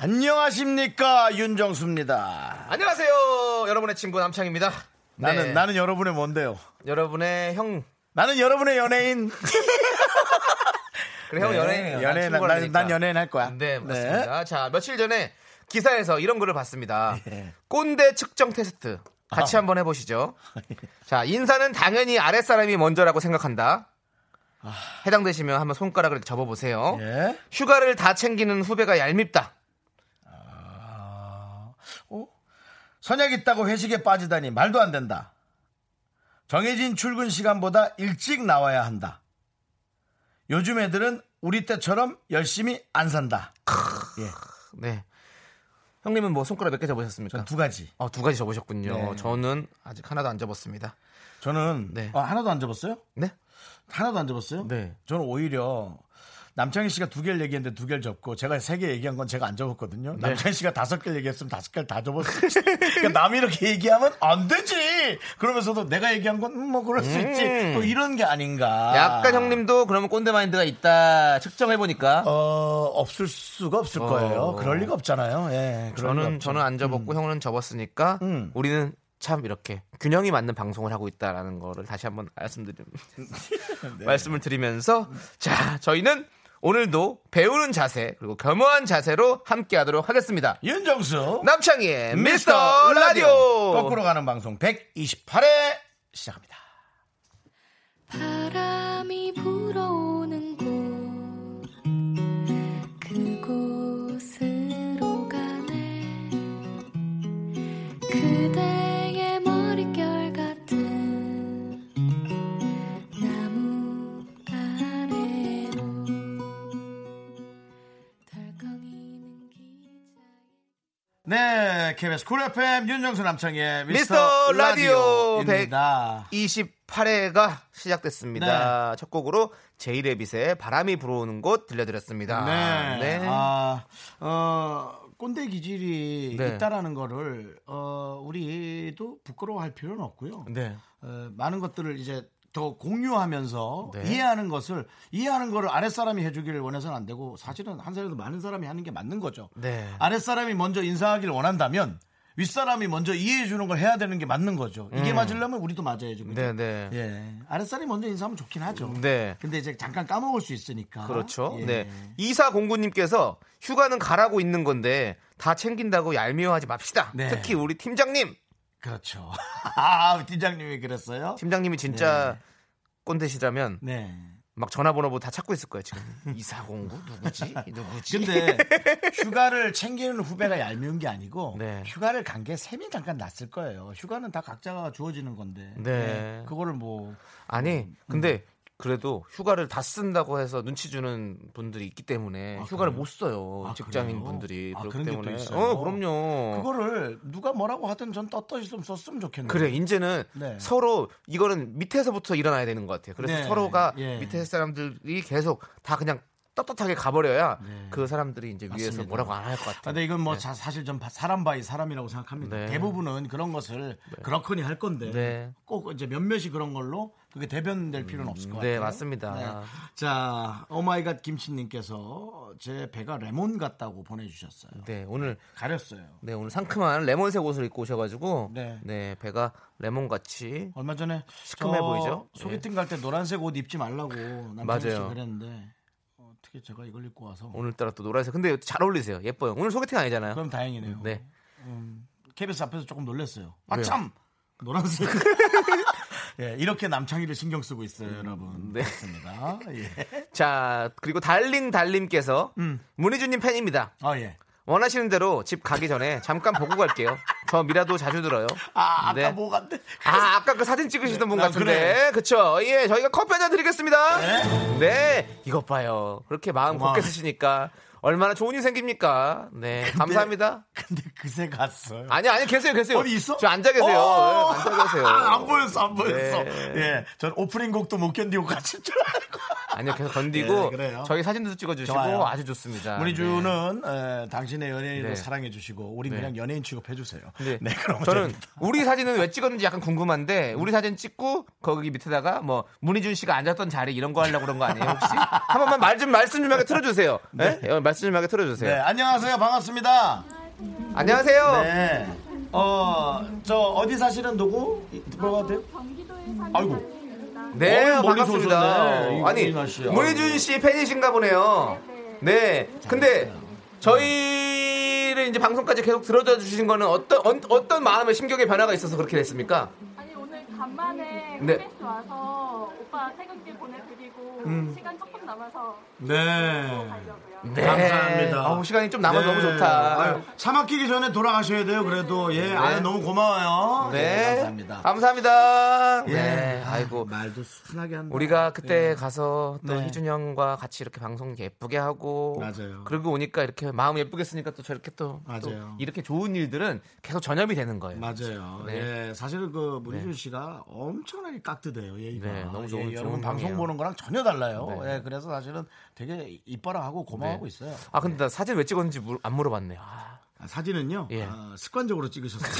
안녕하십니까 윤정수입니다. 안녕하세요. 여러분의 친구 남창입니다. 나는 네, 나는 여러분의 뭔데요? 여러분의 형. 나는 여러분의 연예인. 그래 형 네, 연예인이에요. 연예인, 친구라 난- 그러니까. 난 연예인 할 거야. 네. 네, 맞습니다. 자, 며칠 전에 기사에서 이런 글을 봤습니다. 예. 아. 꼰대 측정 테스트. 같이 한번 해 보시죠. 자, 인사는 당연히 아랫사람이 먼저라고 생각한다. 해당되시면 한번 손가락을 접어 보세요. 아. 예? 휴가를 다 챙기는 후배가 얄밉다. 어? 선약 있다고 회식에 빠지다니 말도 안 된다. 정해진 출근 시간보다 일찍 나와야 한다. 요즘 애들은 우리 때처럼 열심히 안 산다. 네. 형님은 뭐 손가락 몇 개 접으셨습니까? 전 그러니까 두 가지. 어, 두 가지 접으셨군요. 네. 저는 아직 하나도 안 접었습니다. 저는 네. 어, 하나도 안 접었어요? 네? 하나도 안 접었어요? 네. 저는 오히려 남창희 씨가 두 개를 얘기했는데 두 개를 접고 제가 세 개 얘기한 건 제가 안 접었거든요. 네. 남창희 씨가 다섯 개를 얘기했으면 다섯 개를 다 접었어요. 그러니까 남이 이렇게 얘기하면 안 되지. 그러면서도 내가 얘기한 건 뭐 그럴 수 있지. 또 이런 게 아닌가. 음. 약간 형님도 그러면 꼰대 마인드가 있다 측정해 보니까 어 없을 수가 없을 거예요. 어. 그럴 리가 없잖아요. 예. 그럴 리가 저는 없죠. 저는 안 접었고 형은 접었으니까 음. 우리는 참 이렇게 균형이 맞는 방송을 하고 있다라는 거를 다시 한번 말씀드리 네. 말씀을 드리면서 자 저희는 오늘도 배우는 자세 그리고 겸허한 자세로 함께하도록 하겠습니다. 윤정수 남창희의 네, 미스터 라디오 거꾸로 가는 방송 128회 시작합니다. 바람이 불어오는 곳 그곳으로 가네 그대의 머릿결 같은 나무 아래로 덜컹이는 기차 네, KBS 쿨 FM 윤정수 남창의 미스터 미스터 라디오 라디오입니다. 28회가 네. 시작됐습니다. 첫 곡으로 제이레빗의 바람이 불어오는 곳 들려드렸습니다. 네, 네. 아, 어, 꼰대 기질이 네. 있다라는 거를 어, 우리도 부끄러워할 필요는 없고요. 네. 어, 많은 것들을 이제 더 공유하면서 네. 이해하는 것을 이해하는 거를 아랫사람이 해주기를 원해서는 안 되고 사실은 한 사람도 많은 사람이 하는 게 맞는 거죠. 네. 아랫사람이 먼저 인사하기를 원한다면 윗사람이 먼저 이해해 주는 걸 해야 되는 게 맞는 거죠. 이게 맞으려면 우리도 맞아야죠. 그죠? 음. 네, 네. 예. 아랫사람이 먼저 인사하면 좋긴 하죠. 네. 근데 이제 잠깐 까먹을 수 있으니까. 그렇죠. 예. 네. 이사 공구님께서 휴가는 가라고 있는 건데 다 챙긴다고 얄미워하지 맙시다. 네. 특히 우리 팀장님. 그렇죠. 아, 팀장님이 그랬어요? 팀장님이 진짜 꼰대시라면 네. 막 전화번호부 다 찾고 있을 거예요 지금. 이사 공구 누구지? 누구지? 근데 휴가를 챙기는 후배가 얄미운 게 아니고 네. 휴가를 간 게 셈이 잠깐 났을 거예요. 휴가는 다 각자가 주어지는 건데. 네. 그거를 뭐 아니 근데 그래도 휴가를 다 쓴다고 해서 눈치 주는 분들이 있기 때문에 휴가를 못 써요 아, 직장인 그래요? 분들이 아, 그렇기 그런 게또 때문에 있어요? 어 그럼요 그거를 누가 뭐라고 하든 전 떳떳이 좀 썼으면 좋겠네요. 그래 이제는 음. 네. 서로 이거는 밑에서부터 일어나야 되는 것 같아요. 그래서 네. 서로가 예. 밑에 사람들이 계속 다 그냥 떳떳하게 가버려야 네. 그 사람들이 이제 위에서 맞습니다. 뭐라고 안 할 것 같아요. 근데 이건 뭐 자- 사실 전 바- 사람 바이 사람이라고 생각합니다. 네. 대부분은 그런 것을 그렇거니 할 건데 네. 꼭 이제 몇몇이 그런 걸로 그게 대변될 필요는 없을 것 네, 같아요. 맞습니다. 자, 오마이갓 김치님께서 제 배가 레몬 같다고 보내주셨어요. 네 오늘 가렸어요. 네 오늘 상큼한 레몬색 옷을 입고 오셔가지고 네. 네, 배가 레몬 같이 얼마 전에 시큼해 저 보이죠? 예. 소개팅 갈 때 노란색 옷 입지 말라고 남편이 맞아요. 그랬는데 어떻게 제가 이걸 입고 와서 오늘따라 또 노란색. 근데 잘 어울리세요. 예뻐요. 오늘 소개팅 아니잖아요. 그럼 다행이네요. 네. KBS 앞에서 조금 놀랐어요. 아참 노란색. 예, 이렇게 남창희를 신경 쓰고 있어요, 여러분. 네. 그렇습니다. 예. 자 그리고 달링 달님께서 음. 문희준님 팬입니다. 아 예. 원하시는 대로 집 가기 전에 잠깐 보고 갈게요. 저 미라도 자주 들어요. 아 아까 네. 뭐가 안 돼? 아, 아까 그 사진 찍으시던 분 나 같은데. 그쵸 예, 저희가 커피 한 잔 드리겠습니다. 네? 네? 이것 봐요. 그렇게 마음 고마워요. 곱게 쓰시니까 얼마나 좋은 일이 생깁니까? 네, 감사합니다. 근데 그새 갔어요. 아니 아니 계세요 계세요. 어디 있어? 저 앉아 계세요. 어! 네, 앉아 계세요. 아, 안 보였어, 안 보였어. 네. 예, 전 오프닝 곡도 못 견디고 갇힌 줄 알고. 아니요 계속 건디고 네, 그래요. 저희 사진도 찍어주시고 좋아요. 아주 좋습니다. 네. 문희주는 에, 당신의 연예인으로 네. 사랑해주시고, 우린 네. 그냥 연예인 취급해주세요. 네. 그러면 저는 됩니다. 우리 사진은 왜 찍었는지 약간 궁금한데 우리 사진 찍고 거기 밑에다가 뭐 문희준 씨가 앉았던 자리 이런 거 하려고 그런 거 아니에요 혹시? 한 번만 말 좀 말씀 좀 하게 틀어주세요. 네? 어, 말씀 좀 하게 틀어주세요. 네, 안녕하세요. 반갑습니다. 안녕하세요. 네. 어, 저 어디 사시는 누구? 이- 들어가도 돼요? 아이고. 네, 어이, 멀리서 반갑습니다. 오셨네, 이 아니, 문희준 씨. 문희준 씨 팬이신가 보네요. 네. 근데 저희를 이제 방송까지 계속 들어줘 주신 거는 어떤 언- 어떤 마음의 심경의 변화가 있어서 그렇게 됐습니까? 아니 오늘 간만에 네. KBS 와서 오빠 퇴근길 보내드리고 음. 시간 조금 남아서 네. 가려고요. 네. 감사합니다. 아우, 시간이 좀 남아 네. 서 너무 좋다. 아유, 차 막히기 전에 돌아가셔야 돼요, 그래도. 예, 아유, 너무 고마워요. 네. 예, 감사합니다. 감사합니다. 예. 네. 아이고. 말도 순하게 한다. 우리가 그때 예. 가서 또 네. 희준 형과 같이 이렇게 방송 예쁘게 하고 맞아요. 그리고 오니까 이렇게 마음 예쁘게 쓰니까 또 저렇게 또, 또 맞아요. 이렇게 좋은 일들은 계속 전염이 되는 거예요. 맞아요. 네. 예, 사실 그 문희준 씨가 엄청나게 깍듯해요. 예의가. 네, 너무 좋은- 예, 좋은 여러분 방송 분이에요. 보는 거랑 전혀 달라요. 네. 예, 그래서 사실은 되게 이뻐라하고 고마워하고 있어요. 아 근데 나 사진 왜 찍었는지 물- 안 물어봤네요. 아. 아, 사진은요. 예. 아, 습관적으로 찍으셨어요.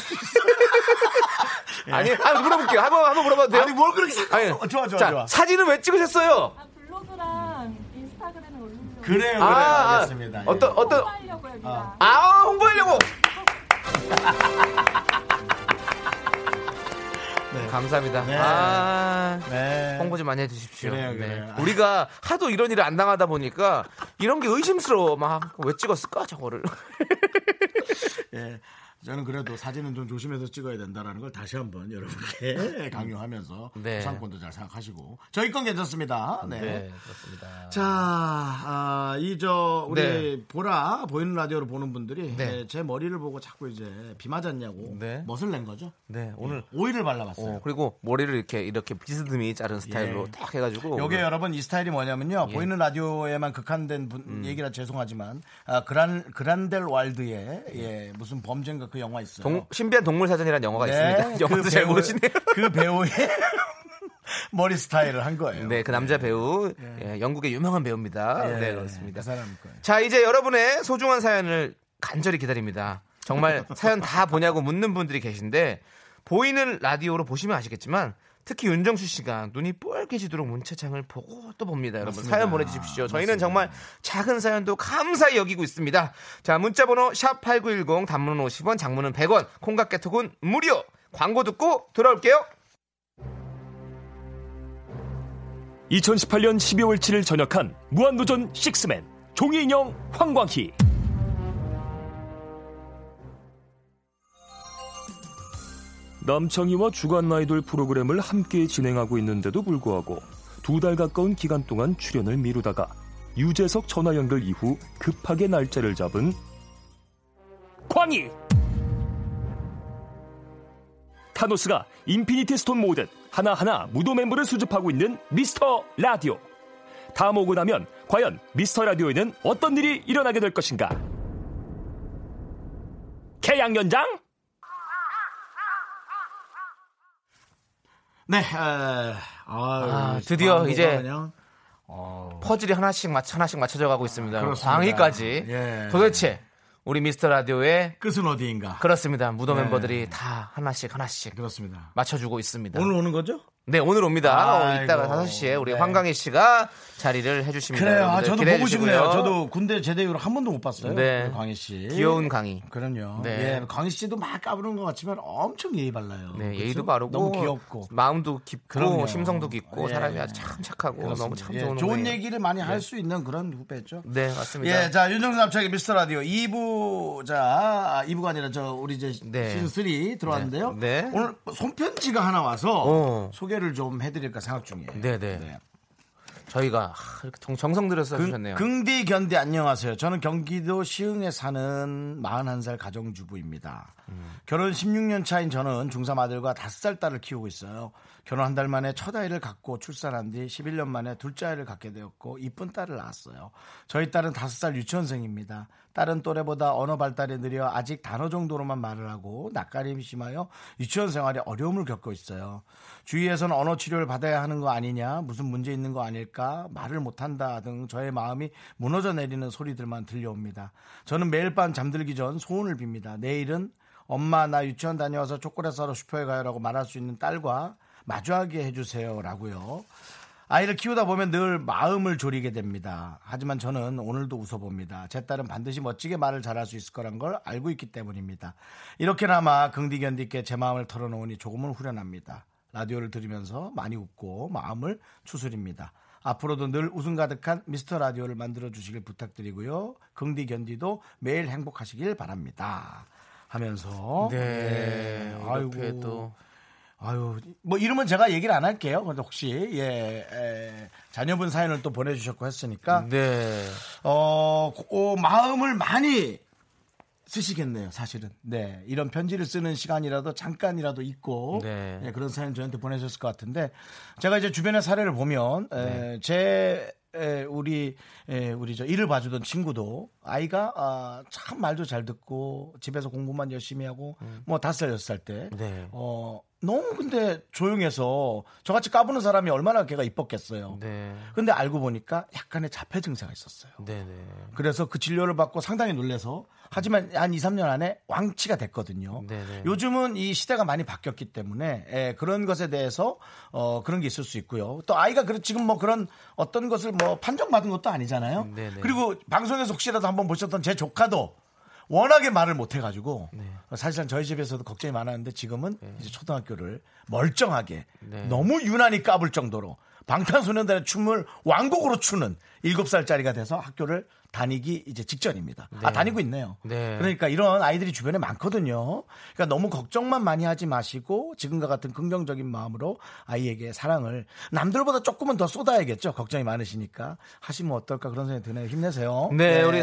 아니, 한번 물어볼게요. 한번 한번 물어봐도 돼요? 예. 아니 뭘 그렇게 생각해? 어, 좋아 좋아 자, 좋아. 사진은 왜 찍으셨어요? 아 블로그랑 인스타그램에 올리려고 그래요 그래요 아, 알겠습니다. 예. 어떤 어떤 홍보하려고요 미라. 아 홍보하려고. 네. 감사합니다. 네. 아. 네. 홍보 좀 많이 해주십시오. 네. 그래요, 그래요. 우리가 하도 이런 일을 안 당하다 보니까 이런 게 의심스러워. 막 왜 찍었을까 저거를. 예. 저는 그래도 사진은 좀 조심해서 찍어야 된다라는 걸 다시 한번 여러분께 강요하면서 네. 상권도 잘 생각하시고 저희 건 괜찮습니다. 네. 그렇습니다. 자, 아, 이 저 우리 네. 보라 보이는 라디오로 보는 분들이 네. 예, 제 머리를 보고 자꾸 이제 비 맞았냐고 네. 멋을 낸 거죠. 예. 네 오늘 오일을 발라봤어요. 어, 그리고 머리를 이렇게 이렇게 비스듬히 자른 스타일로 네. 예. 딱 해가지고 요게 여러분 이 스타일이 뭐냐면요 예. 음. 보이는 라디오에만 극한된 분, 얘기라 죄송하지만 아, 그란 그란델 왈드의 예, 무슨 범죄인가 그 영화 있어요. 그 동- 신비한 동물 사전이라는 영화가 있습니다. 영화도 잘 네, 배우의- 모르시네요. 그 배우의 머리 스타일을 한 거예요. 네, 그 남자 배우 예, 영국의 유명한 배우입니다. 네. 예, 네, 그렇습니다. 그 사람 거예요. 자, 이제 여러분의 소중한 사연을 간절히 기다립니다. 정말 사연 다 보냐고 묻는 분들이 계신데 보이는 라디오로 보시면 아시겠지만 특히 윤정수 씨가 눈이 뻘개지도록 문자창을 보고 또 봅니다. 여러분 맞습니다. 사연 보내주십시오. 저희는 맞습니다. 정말 작은 사연도 감사히 여기고 있습니다. 자 문자번호 샵 #8910 단문은 50원, 장문은 100원, 콩깍개톡은 무료. 광고 듣고 돌아올게요. 2018년 12월 7일 저녁한 무한도전 식스맨 종이인형 황광희 남창희와 주간 아이돌 프로그램을 함께 진행하고 있는데도 불구하고 두 달 가까운 기간 동안 출연을 미루다가 유재석 전화 연결 이후 급하게 날짜를 잡은 광희 타노스가 인피니티 스톤 모든 하나하나 무도 멤버를 수집하고 있는 미스터 라디오. 다 모으고 나면 과연 미스터 라디오에는 어떤 일이 일어나게 될 것인가? 계약 연장? 네, 아, 아, 드디어 이제 퍼즐이 하나씩 맞 하나씩 맞춰져 가고 있습니다. 그렇습니다. 광희까지 예. 도대체 우리 미스터 라디오의 끝은 어디인가? 그렇습니다. 무도 네. 멤버들이 다 하나씩 하나씩 그렇습니다. 맞춰주고 있습니다. 오늘 오는 거죠? 네, 오늘 옵니다. 아이고. 어, 이따가 5시에 우리 네. 황강희 씨가 자리를 해주십니다. 그래요. 아, 여러분들 저도 기대해 보고 주시고요. 싶네요. 저도 군대 제대 이후로 한 번도 못 봤어요. 그 네. 광희 씨. 귀여운 강희. 그럼요. 네. 예, 광희 씨도 막 까부는 것 같지만 엄청 예의 발라요. 네, 그렇죠? 예의도 바르고 너무 귀엽고. 마음도 깊고 그럼요. 심성도 깊고 예. 사람이 아주 참 착하고 그렇습니다. 너무 참 예, 좋은 좋은 후배예요. 얘기를 많이 할 수 있는 그런 후배죠. 네, 맞습니다. 예, 자, 윤정수 남창의 미스터 라디오 2부, 자, 2부가 아니라 저, 우리 이제 네. 시즌3 들어왔는데요. 네. 네. 오늘 손편지가 하나 와서 어. 소개를 좀 해드릴까 생각 중이에요. 네, 네. 저희가 하, 이렇게 정- 정성 들여서 해주셨네요. 긍디 견디 안녕하세요. 저는 경기도 시흥에 사는 41살 가정주부입니다. 결혼 16년 차인 저는 중3 아들과 5살 딸을 키우고 있어요. 결혼 한 달 만에 첫 아이를 갖고 출산한 뒤 11년 만에 둘째 아이를 갖게 되었고 이쁜 딸을 낳았어요. 저희 딸은 5살 유치원생입니다. 딸은 또래보다 언어 발달이 느려 아직 단어 정도로만 말을 하고 낯가림이 심하여 유치원 생활에 어려움을 겪고 있어요. 주위에서는 언어 치료를 받아야 하는 거 아니냐, 무슨 문제 있는 거 아닐까, 말을 못한다 등 저의 마음이 무너져 내리는 소리들만 들려옵니다. 저는 매일 밤 잠들기 전 소원을 빕니다. 내일은 엄마 나 유치원 다녀와서 초콜릿 사러 슈퍼에 가요라고 말할 수 있는 딸과 마주하게 해주세요라고요. 아이를 키우다 보면 늘 마음을 졸이게 됩니다. 하지만 저는 오늘도 웃어봅니다. 제 딸은 반드시 멋지게 말을 잘할 수 있을 거란 걸 알고 있기 때문입니다. 이렇게나마 긍디견디께 제 마음을 털어놓으니 조금은 후련합니다. 라디오를 들으면서 많이 웃고 마음을 추스립니다. 앞으로도 늘 웃음 가득한 미스터 라디오를 만들어 주시길 부탁드리고요. 긍디 견디도 매일 행복하시길 바랍니다. 하면서 네, 예, 이렇게 또 아유, 뭐 이름은 제가 얘기를 안 할게요. 근데 혹시 예, 에, 자녀분 사연을 또 보내주셨고 했으니까 네. 어, 고- 마음을 많이 쓰시겠네요, 사실은. 네, 이런 편지를 쓰는 시간이라도 잠깐이라도 있고 네. 예, 그런 사연 저한테 보내셨을 것 같은데 제가 이제 주변의 사례를 보면 네. 에, 제 에, 우리 에, 우리 저 일을 봐주던 친구도 아이가 아, 참 말도 잘 듣고 집에서 공부만 열심히 하고 뭐 다섯 살 여섯 살때 음. 네. 어, 너무 근데 조용해서 저같이 까부는 사람이 얼마나 걔가 이뻤겠어요. 네. 근데 알고 보니까 약간의 자폐 증세가 있었어요. 네, 네. 그래서 그 진료를 받고 상당히 놀래서 하지만 한 2, 3년 안에 왕치가 됐거든요. 네네. 요즘은 이 시대가 많이 바뀌었기 때문에 예, 그런 것에 대해서 어, 그런 게 있을 수 있고요. 또 아이가 그 지금 뭐 그런 어떤 것을 뭐 판정받은 것도 아니잖아요. 네네. 그리고 방송에서 혹시라도 한번 보셨던 제 조카도 워낙에 말을 못 해가지고 네. 사실상 저희 집에서도 걱정이 많았는데 지금은 이제 초등학교를 멀쩡하게 네. 너무 유난히 까불 정도로 방탄소년단의 춤을 왕곡으로 추는 7살짜리가 돼서 학교를 다니기 이제 직전입니다. 아 다니고 있네요. 네. 그러니까 이런 아이들이 주변에 많거든요. 그러니까 너무 걱정만 많이 하지 마시고 지금과 같은 긍정적인 마음으로 아이에게 사랑을 남들보다 조금은 더 쏟아야겠죠. 걱정이 많으시니까 하시면 어떨까 그런 생각이 드네요. 힘내세요. 네, 우리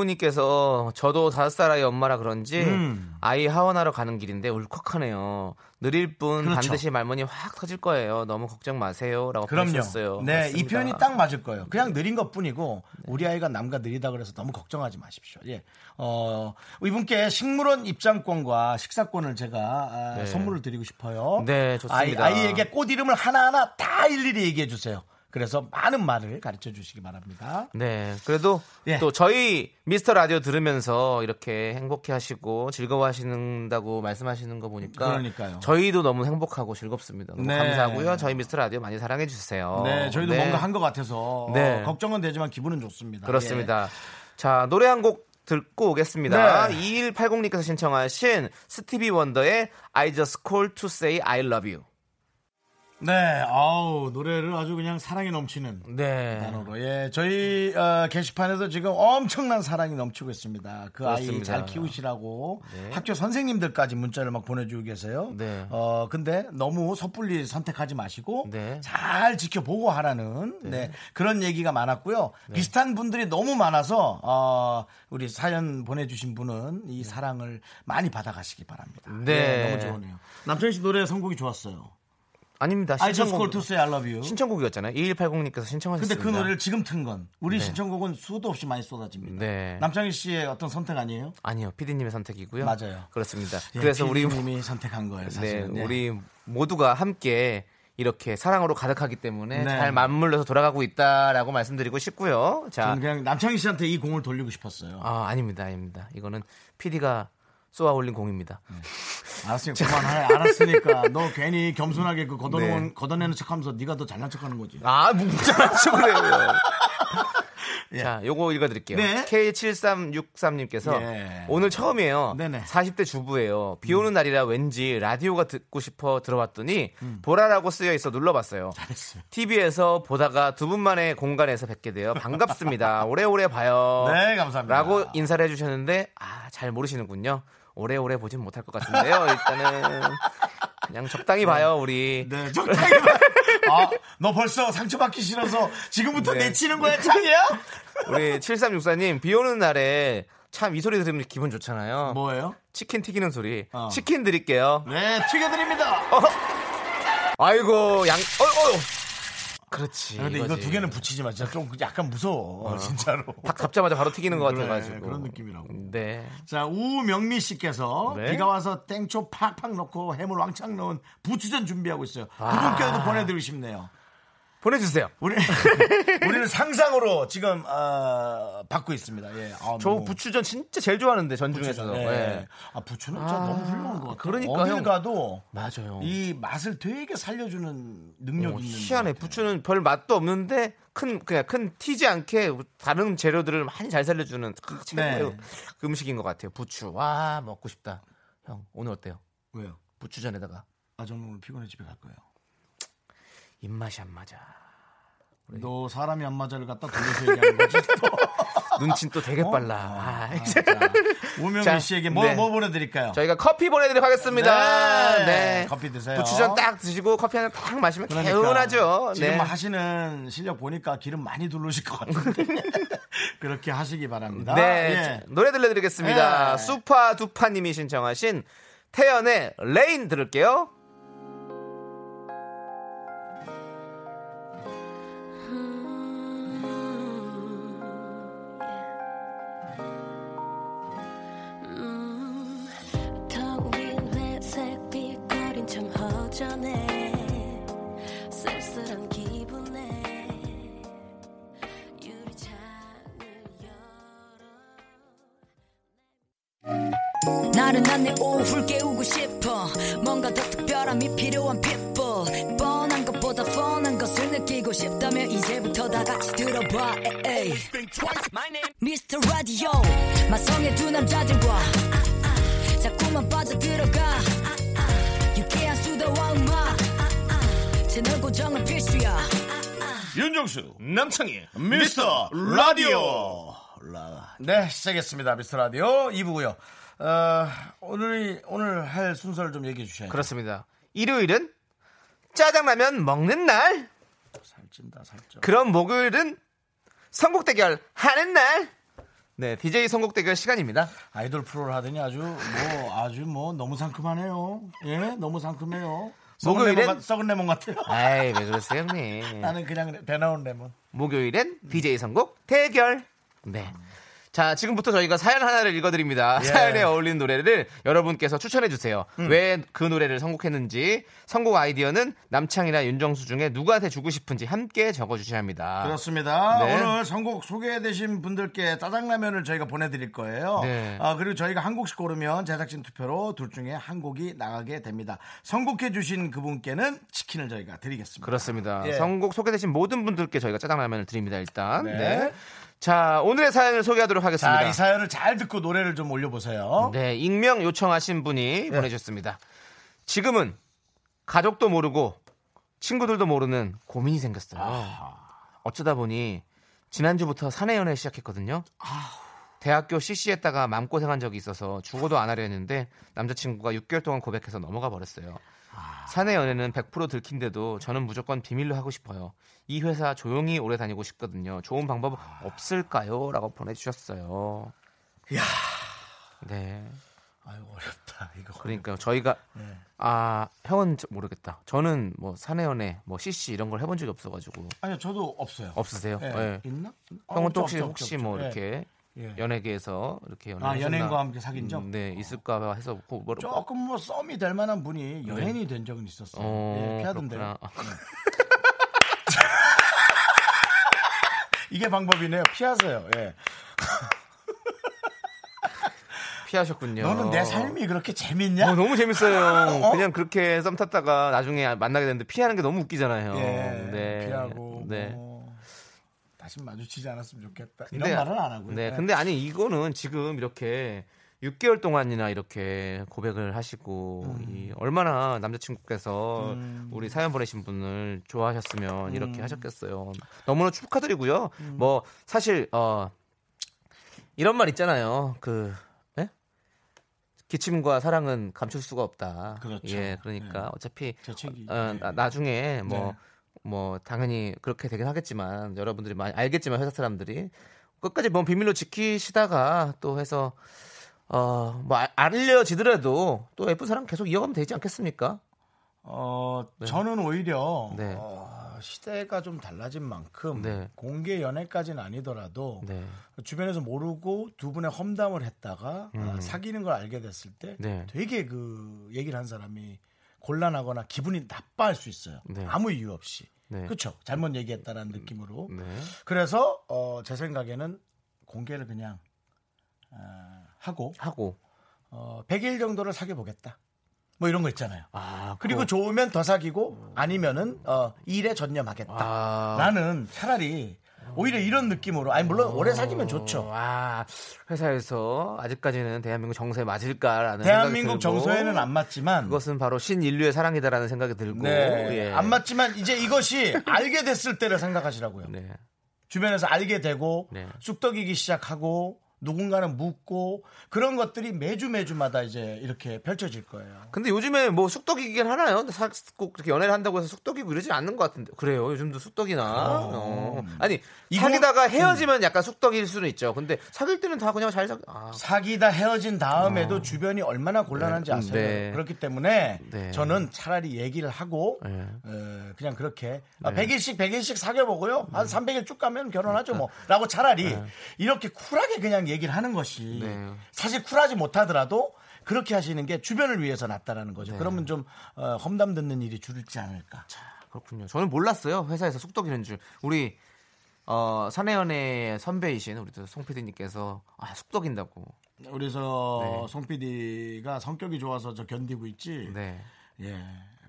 3019님께서 저도 다섯 살 아이 엄마라 그런지 음. 아이 하원하러 가는 길인데 울컥하네요. 느릴 뿐 그렇죠. 반드시 말문이 확 터질 거예요. 너무 걱정 마세요라고 그럼요. 보내셨어요. 네, 이 맞습니다. 네. 표현이 딱 맞을 거예요. 그냥 느린 것 뿐이고 우리 아이가 남과 느리다 그래서 너무 걱정하지 마십시오. 예, 어 이분께 식물원 입장권과 식사권을 제가 아, 네. 선물을 드리고 싶어요. 네, 좋습니다. 아이, 아이에게 꽃 이름을 하나 하나 다 일일이 얘기해 주세요. 그래서 많은 말을 가르쳐 주시기 바랍니다. 네, 그래도 예. 또 저희 미스터 라디오 들으면서 이렇게 행복해 하시고 즐거워하신다고 말씀하시는 거 보니까 그러니까요. 저희도 너무 행복하고 즐겁습니다. 너무 네. 감사하고요. 저희 미스터 라디오 많이 사랑해 주세요. 네, 저희도 뭔가 한 것 같아서 어, 네. 어, 걱정은 되지만 기분은 좋습니다. 예. 그렇습니다. 자, 노래 한 곡 듣고 오겠습니다. 네. 2180님께서 신청하신 스티비 원더의 I just call to say I love you. 예. 네, 아우 노래를 아주 그냥 사랑이 넘치는 네. 단어로 예 저희 어, 게시판에도 지금 엄청난 사랑이 넘치고 있습니다. 그 아이 그렇습니다. 잘 키우시라고 학교 선생님들까지 문자를 막 보내주고 계세요. 네. 어 근데 너무 섣불리 선택하지 마시고 네. 잘 지켜보고 하라는 네. 그런 얘기가 많았고요. 네. 비슷한 분들이 너무 많아서 어, 우리 사연 보내주신 분은 이 사랑을 많이 받아가시기 바랍니다. 예, 네. 너무 좋으네요. 남철 씨 노래 선곡이 좋았어요. 아닙니다. I just call 신청곡- to say I love you. 신청곡이었잖아요. 2180님께서 근데 신청하셨습니다. 그 노래를 지금 튼 건 우리 신청곡은 수도 없이 많이 쏟아집니다. 네. 남창희 씨의 어떤 선택 아니에요? 아니요. 피디님의 선택이고요. 맞아요. 그렇습니다. 예, 그래서 우리 PD님이 선택한 거예요, 네, 사실은. 예. 우리 모두가 함께 이렇게 사랑으로 가득하기 때문에 네. 잘 맞물려서 돌아가고 있다라고 말씀드리고 싶고요. 자, 저는 그냥 남창희 씨한테 이 공을 돌리고 싶었어요. 아, 아닙니다, 아닙니다. 이거는 PD가 쏘아 올린 공입니다. 알았으니까 그만해. 알았으니까 너 괜히 겸손하게 그 걷어놓은 네. 걷어내는 척하면서 네가 더 잘난 척하는 거지. 아, 묵잖아, 그래요. 자, 요거 읽어드릴게요. 네. K7363님께서 예. 오늘 처음이에요. 네네. 음. 40대 주부예요. 비 오는 날이라 왠지 라디오가 듣고 싶어 들어봤더니 보라라고 쓰여 있어 눌러봤어요. 음. 잘했어요. TV에서 보다가 두 분만의 공간에서 뵙게 돼요. 반갑습니다. 오래오래 봐요. 네, 감사합니다. 라고 인사를 해주셨는데, 아, 잘 모르시는군요. 오래오래 보진 못할 것 같은데요. 일단은 그냥 적당히 봐요, 우리. 네, 적당히 봐. 아, 너 벌써 상처받기 싫어서 지금부터 네. 내치는 거야, 창이야? 우리 7364님 비 오는 날에 참 이 소리 들으면 기분 좋잖아요. 뭐예요? 치킨 튀기는 소리. 어. 치킨 드릴게요. 네, 튀겨드립니다. 어, 아, 아이고 양. 어, 어. 그렇지. 아, 근데 이거 이거지. 어, 두 개는 붙이지 마. 진짜 좀 약간 무서워, 진짜로. 딱 잡자마자 바로 튀기는 것 그래, 같아가지고. 그런 느낌이라고. 네. 자, 우명미 씨께서 네. 비가 와서 땡초 팍팍 넣고 해물 왕창 넣은 부추전 준비하고 있어요. 아. 그분께도 보내드리고 싶네요. 보내주세요. 우리, 우리는 상상으로 지금 어, 받고 있습니다. 예. 아, 저 너무 부추전 진짜 제일 좋아하는데 전 중에서. 부추전. 예. 예. 아 부추는 진짜 너무 훌륭한 것 같아요. 그러니까 어딜 형. 가도 맞아요. 이 맛을 되게 살려주는 능력이 어, 있는. 희한해. 것 같아요. 부추는 별 맛도 없는데 큰 그냥 큰 튀지 않게 다른 재료들을 많이 잘 살려주는 그 최고의 네. 그 음식인 것 같아요. 부추. 와 먹고 싶다. 형 오늘 어때요? 왜요? 부추전에다가 아 저는 오늘 피곤해 집에 갈 거예요. 입맛이 안 맞아. 네. 너 사람이 안 맞아를 갖다 돌려서 얘기하는 거지. 눈치 또 어? 되게 빨라. 아, 이제 우명미 자, 씨에게 뭐, 네. 뭐 보내드릴까요? 저희가 커피 보내드리겠습니다. 네. 네. 커피 드세요. 부추전 딱 드시고 커피 한 잔 딱 마시면 그러니까. 개운하죠. 지금 뭐 네. 하시는 실력 보니까 기름 많이 둘르실 것 같은데 그렇게 하시기 바랍니다. 네. 예. 노래 들려드리겠습니다. 예. 수파두파님이 신청하신 태연의 레인 들을게요. 음, 턱 위엔 회색 빛거린 참 허전해 쓸쓸한 기분에 유리창을 열어 나른한 내 오후를 깨우고 싶어 뭔가 더 특별함이 필요한 people 뻔한 것보다 뻔한 것을 느끼고 싶다면 이제부터 다 같이 들어봐 에이. Mr. Radio 마성의 두 남자들과 자꾸만 빠져들어가 유쾌한 수다와 음악 채널 고정은 필수야 윤정수 남창희 미스터 라디오 라- 네 시작했습니다 미스터 라디오 2부고요 어, 오늘 오늘 할 순서를 좀 얘기해 주셔야 돼요 그렇습니다. 일요일은 짜장라면 먹는 날. 살찐다 살쪄 그럼 목요일은 선곡 대결 하는 날. 네, DJ 선곡 대결 시간입니다. 아이돌 프로를 하더니 아주 뭐 아주 뭐 너무 상큼하네요 예 너무 상큼해요 썩은 목요일엔- 레몬, 같- 썩은 레몬 같아요 아, 아이, 왜 그러세요, 형님? 나는 그냥 배 나온 레몬 목요일엔 DJ 선곡 대결. 네. 자, 지금부터 저희가 사연 하나를 예. 읽어드립니다. 사연에 어울리는 노래를 여러분께서 추천해주세요. 음. 왜 그 노래를 선곡했는지, 선곡 아이디어는 남창이나 윤정수 중에 누구한테 주고 싶은지 함께 적어주셔야 합니다. 그렇습니다. 아. 네. 오늘 선곡 소개되신 분들께 짜장라면을 저희가 보내드릴 거예요. 네. 아, 그리고 저희가 한 곡씩 고르면 제작진 투표로 둘 중에 한 곡이 나가게 됩니다. 선곡해주신 그분께는 치킨을 저희가 드리겠습니다. 그렇습니다. 예. 선곡 소개되신 모든 분들께 저희가 짜장라면을 드립니다. 일단. 네. 네. 자 오늘의 사연을 소개하도록 하겠습니다. 자, 이 사연을 잘 듣고 노래를 좀 올려보세요. 네, 익명 요청하신 분이 보내주셨습니다. 지금은 가족도 모르고 친구들도 모르는 고민이 생겼어요. 어쩌다 보니 지난주부터 사내 연애 시작했거든요. 대학교 CC했다가 마음고생한 적이 있어서 죽어도 안 하려 했는데 남자친구가 6개월 동안 고백해서 넘어가 버렸어요. 사내 연애는 100% 들킨데도 저는 무조건 비밀로 하고 싶어요. 이 회사 조용히 오래 다니고 싶거든요. 좋은 방법 없을까요? 라고 보내주셨어요. 이야. 네. 아유, 어렵다, 이거. 그러니까 저희가 네. 아 형은 저- 모르겠다. 저는 뭐 사내연애, 뭐 CC 이런 걸 해본 적이 없어가지고 아니요, 저도 없어요. 없으세요? 예. 예. 있나? 어, 형은 없죠, 또 혹시 없죠, 혹시 없죠, 뭐 없죠. 예. 이렇게 예. 연예계에서 이렇게 연애 아, 연예인과 함께 사귄 적? 네 있을까 해서 그 뭐, 조금 뭐 썸이 될 만한 분이 연예인이 된 적은 있었어요. 네. 어, 예, 피하던데요. 그렇구나. 아, 이게 방법이네요. 피하세요. 예. 피하셨군요. 너는 내 삶이 그렇게 재밌냐? 어, 너무 재밌어요. 그냥 그렇게 썸 탔다가 나중에 만나게 되는데 피하는 게 너무 웃기잖아요. 예, 네. 피하고 네. 뭐, 다시 마주치지 않았으면 좋겠다 근데- 이런 말은 안 하고요. 네, 예. 근데 아니 이거는 지금 이렇게 6개월 동안이나 이렇게 고백을 하시고 음. 이 얼마나 남자친구께서 우리 사연 보내신 분을 좋아하셨으면 음. 이렇게 하셨겠어요. 너무나 축하드리고요. 뭐 사실 어 이런 말 있잖아요. 그 예? 기침과 사랑은 감출 수가 없다. 그렇죠. 예, 그러니까 어차피 제 책이 네. 어, 나, 나중에 뭐 뭐 당연히 그렇게 되긴 하겠지만 여러분들이 많이 알겠지만 회사 사람들이 끝까지 뭔 비밀로 지키시다가 또 해서 어뭐 알려지더라도 또 예쁜 사람 계속 이어가면 되지 않겠습니까? 어, 저는 오히려 네. 어, 시대가 좀 달라진 만큼 네. 공개 연애까지는 아니더라도 네. 주변에서 모르고 두 분의 험담을 했다가 아, 사귀는 걸 알게 됐을 때 음. 네. 되게 그 얘기를 한 사람이 곤란하거나 기분이 나빠할 수 있어요. 네. 아무 이유 없이. 네. 그렇죠. 잘못 얘기했다라는 느낌으로. 네. 그래서 어, 제 생각에는 공개를 그냥 아, 하고 하고 어, 100일 정도를 사귀어 보겠다. 뭐 이런 거 있잖아요. 아 그리고 좋으면 더 사귀고 아니면은 어, 일에 전념하겠다. 아, 나는 차라리 오히려 이런 느낌으로 아니 물론 오래 사귀면 좋죠. 와 어, 아, 회사에서 아직까지는 대한민국 정서에 맞을까라는 대한민국 네, 생각이 들고 정서에는 안 맞지만 그것은 바로 신인류의 사랑이다라는 생각이 들고 네. 예. 안 맞지만 이제 이것이 알게 됐을 때를 생각하시라고요. 네. 주변에서 알게 되고 네. 쑥덕이기 시작하고 누군가는 묻고 그런 것들이 매주 매주마다 이제 이렇게 펼쳐질 거예요. 근데 요즘에 뭐 쑥덕이긴 하나요? 근데 사- 꼭 이렇게 연애를 한다고 해서 쑥덕이고 이러진 않는 것 같은데 그래요? 요즘도 쑥덕이나 어. 아니 아. 이거- 사귀다가 헤어지면 약간 쑥덕일 수는 있죠. 근데 사귈 때는 다 그냥 잘 사귀. 아, 사귀다 헤어진 다음에도 주변이 얼마나 곤란한지 네. 아세요? 네. 그렇기 때문에 네. 저는 차라리 얘기를 하고 네. 어, 그냥 그렇게 아, 100일씩 100일씩 사귀어보고요 네. 한 300일 쭉 가면 결혼하죠 뭐 라고 차라리 이렇게 쿨하게 그냥 얘기를 하는 것이 네. 사실 쿨하지 못하더라도 그렇게 하시는 게 주변을 위해서 낫다라는 거죠 네. 그러면 좀 어, 험담 듣는 일이 줄지 않을까 그렇군요. 저는 몰랐어요. 회사에서 쑥덕이는 줄. 우리 어, 사내연애 선배이신 우리 송 PD님께서 아, 쑥덕인다고. 우리 저 네. 송 PD가 성격이 좋아서 저 견디고 있지 네. 예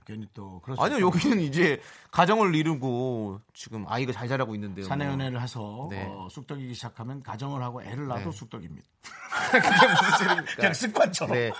괜히 또 그렇죠 아니요 여기는 이제 가정을 이루고 지금 아이가 잘 자라고 있는데요. 사내 연애를 해서 네. 어, 쑥덕이기 시작하면 가정을 하고 애를 낳아도 네. 쑥덕입니다. 그게 무슨 소리입니까? 그냥 습관처럼. 네.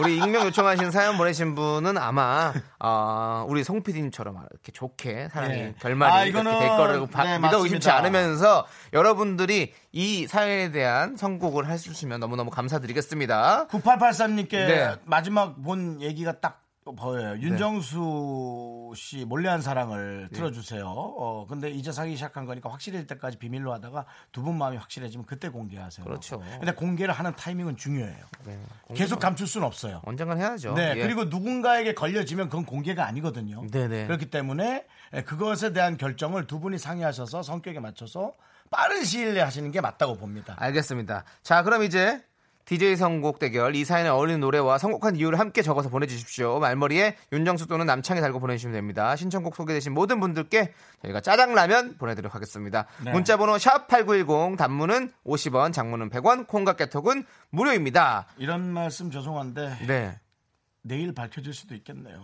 우리 익명 요청하신 사연 보내신 분은 아마 아, 우리 송 PD님처럼 이렇게 좋게 사랑이 네. 결말이 아, 이렇게 이거는- 될 거라고 바- 네, 믿어 의심치 맞습니다. 않으면서 여러분들이 이 사연에 대한 선곡을 해주시면 너무너무 감사드리겠습니다. 9883님께 네. 마지막 본 얘기가 딱 보여요. 윤정수 씨 몰래 한 예. 사랑을 틀어주세요. 어, 근데 이제 사기 시작한 거니까 확실할 때까지 비밀로 하다가 두 분 마음이 확실해지면 그때 공개하세요. 그렇죠. 근데 공개를 하는 타이밍은 중요해요. 네. 계속 감출 수는 없어요. 언젠간 해야죠. 네, 예. 그리고 누군가에게 걸려지면 그건 공개가 아니거든요. 네네. 그렇기 때문에 예, 그것에 대한 결정을 두 분이 상의하셔서 성격에 맞춰서 빠른 시일 내에 하시는 게 맞다고 봅니다. 아. 알겠습니다. 자, 그럼 이제 DJ 선곡 대결 이 사연에 어울리는 노래와 선곡한 이유를 함께 적어서 보내주십시오. 말머리에 윤정수 또는 남창이 달고 보내주시면 됩니다. 신청곡 소개되신 모든 분들께 저희가 짜장라면 보내드리도록 하겠습니다. 네. 문자번호 샵8910 단문은 50원, 장문은 100원, 콩과 깨톡은 무료입니다. 이런 말씀 죄송한데 네. 내일 밝혀질 수도 있겠네요.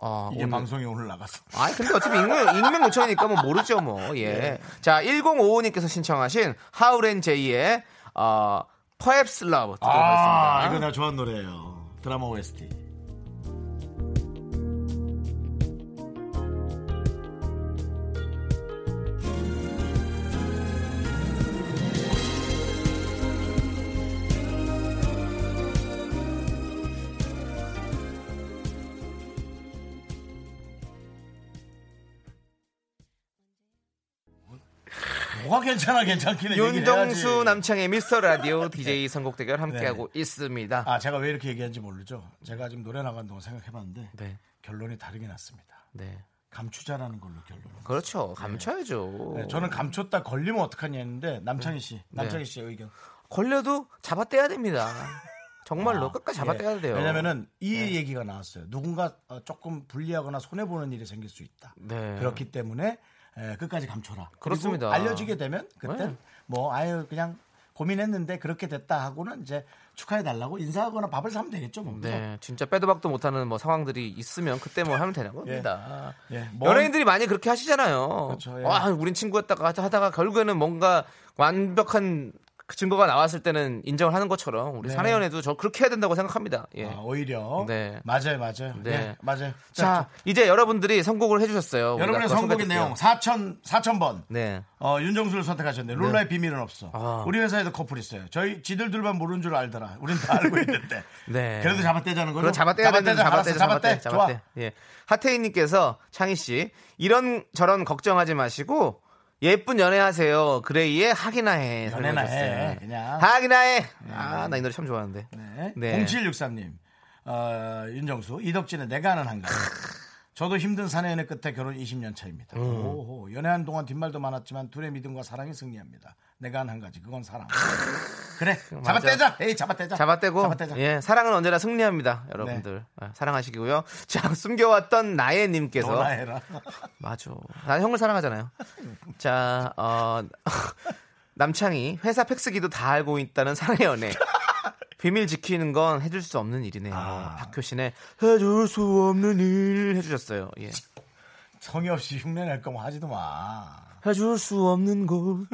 어, 이게 오늘- 방송에 오늘 나가서. 아니 근데 어차피 익명, 익명 요청이니까 뭐 모르죠 뭐. 예. 네. 자 1055님께서 신청하신 하울앤제이의 어, Perhaps Love 듣도록 하겠습니다. 아, 이거 내가 좋아하는 노래예요. 드라마 OST. 뭐, 뭐가 괜찮아 괜찮긴 해 얘기를 윤정수 해야지. 네. 남창의 미스터 라디오 DJ 선곡 대결 함께하고 있습니다. 아, 제가 왜 이렇게 얘기하는지 모르죠. 제가 지금 노래 나간 동안 생각해봤는데 네, 결론이 다르게 났습니다. 네, 감추자라는 걸로 결론. 그렇죠. 감춰야죠. 네, 저는 감췄다 걸리면 어떡하냐 했는데 남창희 네. 씨, 남창희 씨의 의견. 걸려도 잡아떼야 됩니다. 정말로 끝까지 잡아떼야 예, 돼요. 네. 왜냐면은 이 얘기가 나왔어요. 누군가 어, 조금 불리하거나 손해 보는 일이 생길 수 있다. 네. 그렇기 때문에 에, 끝까지 감춰라. 그리고 그렇습니다. 알려지게 되면 그때 네. 뭐 아유 그냥 고민했는데 그렇게 됐다 하고는 이제 축하해 달라고 인사하거나 밥을 사면 되겠죠, 뭐. 네, 진짜 빼도 박도 못하는 뭐 상황들이 있으면 그때 뭐 하면 되는 겁니다. 예, 뭐- 연예인들이 많이 그렇게 하시잖아요. 그렇죠, 예. 와, 우린 친구였다가 하다가 결국에는 뭔가 완벽한 그 증거가 나왔을 때는 인정을 하는 것처럼 우리 네. 사내 연애도 저 그렇게 해야 된다고 생각합니다. 예. 아, 오히려 네. 맞아요, 맞아요. 네. 네, 맞아요. 자, 이제 여러분들이 선곡을 해주셨어요. 우리가 여러분의 아까 선곡의 소개드릴게요. 내용 4천 4천 번. 네. 어, 윤정수를 선택하셨는데 룰라의 비밀은 없어. 아. 우리 회사에도 커플 있어요. 저희 지들 둘만 모르는 줄 알더라. 우린 다 알고 있는데. 네. 그래도 잡아떼자는 거죠. 그럼 잡아떼야 되는 알았어, 잡아떼 잡아떼 좋아. 잡아떼. 예. 하태희님께서 창희 씨 이런 저런 걱정하지 마시고 예쁜 연애하세요. 그레이의 하기나 해. 연애나 해, 설명해주셨어요. 그냥. 음. 하기나 해. 아 나 이 노래 참 좋아하는데. 네. 네. 0763님. 어, 윤정수 이덕진의 내가 아는 한가. 저도 힘든 사내연애 끝에 결혼 20년 차입니다. 오호, 연애한 동안 뒷말도 많았지만 둘의 믿음과 사랑이 승리합니다. 내가 아는 한 가지 그건 사랑. 그래 잡아떼자. 에이 잡아떼자. 잡아떼고 잡아떼자. 네. 예 사랑은 언제나 승리합니다 여러분들 아, 사랑하시고요 자 숨겨왔던 나예님께서 너나 해라. 맞아. 난 형을 사랑하잖아요. 자, 어, 남창이 회사 팩스기도 다 알고 있다는 사내 연애. 비밀 지키는 건 해줄 수 없는 일이네요. 아. 박효신의 해줄 수 없는 일 해주셨어요. 예. 성의 없이 흉내낼 거면 하지도 마. 해줄 수 없는 곳.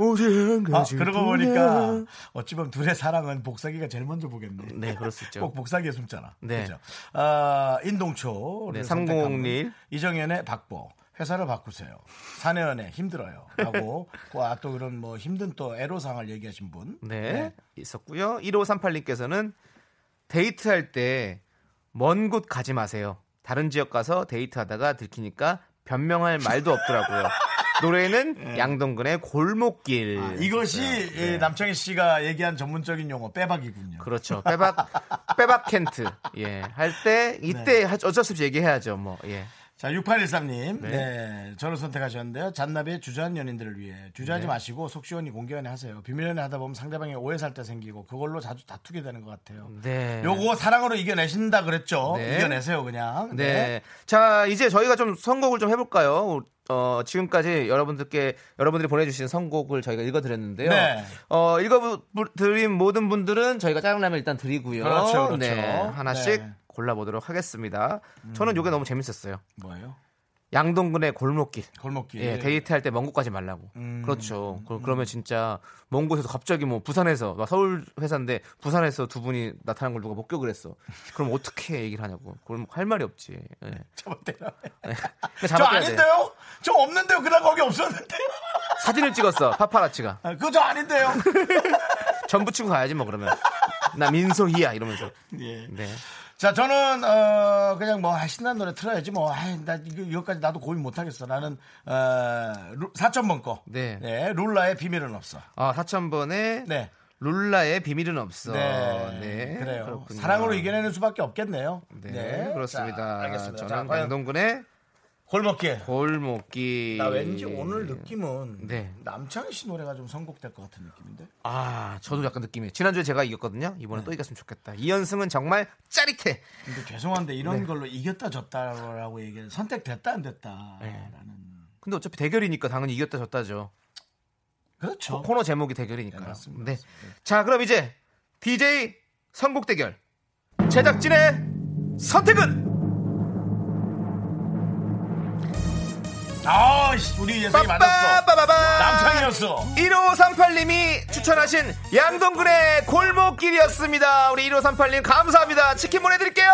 오직 아, 해줄 그러고 뿐이야. 보니까 어찌 보면 둘의 사랑은 복사기가 제일 먼저 보겠네. 네, 그럴 수 있죠. 꼭 복사기에 숨잖아. 네. 그죠? 아, 인동초. 네, 3001. 이정현의 박보. 회사를 바꾸세요. 사내연애 힘들어요. 하고 와, 또 그런 뭐 힘든 또 애로사항을 얘기하신 분. 네, 있었고요. 1538님께서는 데이트할 때 먼 곳 가지 마세요. 다른 지역 가서 데이트하다가 들키니까 변명할 말도 없더라고요. 노래는 양동근의 골목길. 네. 아, 네. 이것이 이 남창희 씨가 얘기한 전문적인 용어 빼박이군요. 그렇죠. 빼박 빼박 켄트. 예. 할 때 이때 네. 하- 어쩔 수 없이 얘기해야죠. 뭐. 예. 자, 6813님. 네. 네. 저를 선택하셨는데요. 잔나비의 주저한 연인들을 위해 네. 주저하지 마시고 속시원히 공개연애 하세요. 비밀연애 하다 보면 상대방이 오해 살 때 생기고 그걸로 자주 다투게 되는 것 같아요. 네. 요거 사랑으로 이겨내신다 그랬죠. 네. 이겨내세요, 그냥. 네. 자, 이제 저희가 좀 선곡을 좀 해볼까요? 어, 지금까지 여러분들께, 여러분들이 보내주신 선곡을 저희가 읽어드렸는데요. 네. 어, 읽어드린 모든 분들은 저희가 짜장라면 일단 드리고요. 그렇죠, 그렇죠. 네. 하나씩 네. 음. 골라보도록 하겠습니다. 저는 요게 너무 재밌었어요. 뭐예요? 양동근의 골목길. 골목길. 예, 데이트할 때 먼 곳 가지 말라고. 음. 그렇죠. 그, 러면 진짜 먼 곳에서 갑자기 뭐 부산에서 막 서울 회사인데 부산에서 두 분이 나타난 걸 누가 목격을 했어. 그럼 어떻게 얘기를 하냐고. 그럼 할 말이 없지. 예. 잡아떼라. 그러니까 저 잡아떼야 돼. 아닌데요? 저 없는데요? 그날 거기 없었는데. 사진을 찍었어 파파라치가 아, 그거 저 아닌데요? 전부 치고 가야지 뭐 그러면 나 민소희야 이러면서 예. 네 자, 저는 어 그냥 뭐 아, 신나는 노래 틀어야지 뭐. 아이, 나 이거 이거까지 나도 고민 못 하겠어. 나는 어 4천번 거. 네. 룰라의 비밀은 없어. 아, 4,000번에 네. 룰라의 비밀은 없어 네. 그래요. 그렇군요. 사랑으로 이겨내는 수밖에 없겠네요. 네, 그렇습니다 자, 알겠습니다. 자, 저는 과연 강동군의 골목길. 골목길 나 왠지 오늘 느낌은 네. 남창희 씨 노래가 좀 선곡될 것 같은 느낌인데. 아 저도 약간 느낌이 지난주에 제가 이겼거든요 이번에 네. 또 이겼으면 좋겠다 이연승은 정말 짜릿해 근데 죄송한데 이런 걸로 이겼다 졌다라고 얘기는 선택됐다 안 됐다라는. 근데 어차피 대결이니까 당연히 이겼다 졌다죠 그렇죠. 코너 제목이 대결이니까요. 네, 네, 맞습니다. 자, 그럼 이제 DJ 선곡 대결. 제작진의 선택은 아, 씨, 우리 예상이 맞았어. 빠빠빠빠밤. 남창이었어. 1538님이 추천하신 양동근의 골목길이었습니다. 우리 1538님 감사합니다. 치킨 보내드릴게요.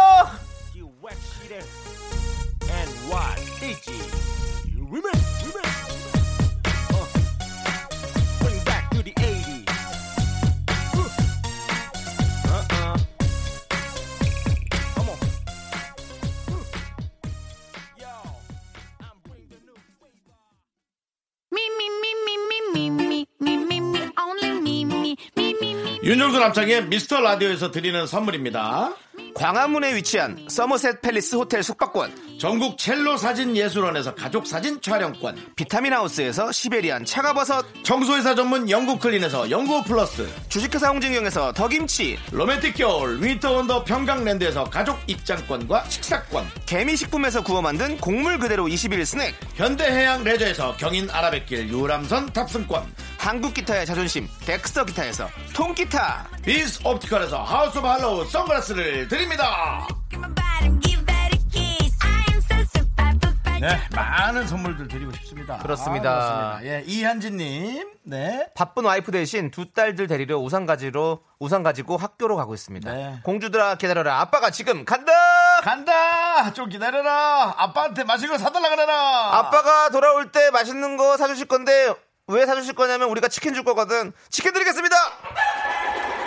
Me, me, me, me, me, me, me, me, me, me, only me, me, me, me, me. 윤정수 남창의 미스터 라디오에서 드리는 선물입니다. 광화문에 위치한 서머셋 팰리스 호텔 숙박권, 전국 첼로 사진 예술원에서 가족 사진 촬영권, 비타민 하우스에서 시베리안 차가버섯, 청소회사 전문 영국 클린에서 영국 플러스, 주식회사 홍진경에서 더김치, 로맨틱 겨울 위터 원더 평강랜드에서 가족 입장권과 식사권, 개미식품에서 구워 만든 곡물 그대로 21 스낵, 현대해양 레저에서 경인 아라뱃길 유람선 탑승권, 한국 기타의 자존심 덱스터 기타에서 통기타 비스 옵티컬에서 하우스 오브 할로우 선글라스를 드립니다. Give my body, give it a kiss. I am so super, duper 네, 많은 선물들 드리고 싶습니다. 그렇습니다. 아, 그렇습니다. 예, 이한진님, 네, 바쁜 와이프 대신 두 딸들 데리러 우산 가지러 우산 가지고 학교로 가고 있습니다. 네. 공주들아 기다려라. 아빠가 지금 간다. 간다. 좀 기다려라. 아빠한테 맛있는 거 사달라 그래라. 아빠가 돌아올 때 맛있는 거 사주실 건데 왜 사주실 거냐면 우리가 치킨 줄 거거든. 치킨 드리겠습니다.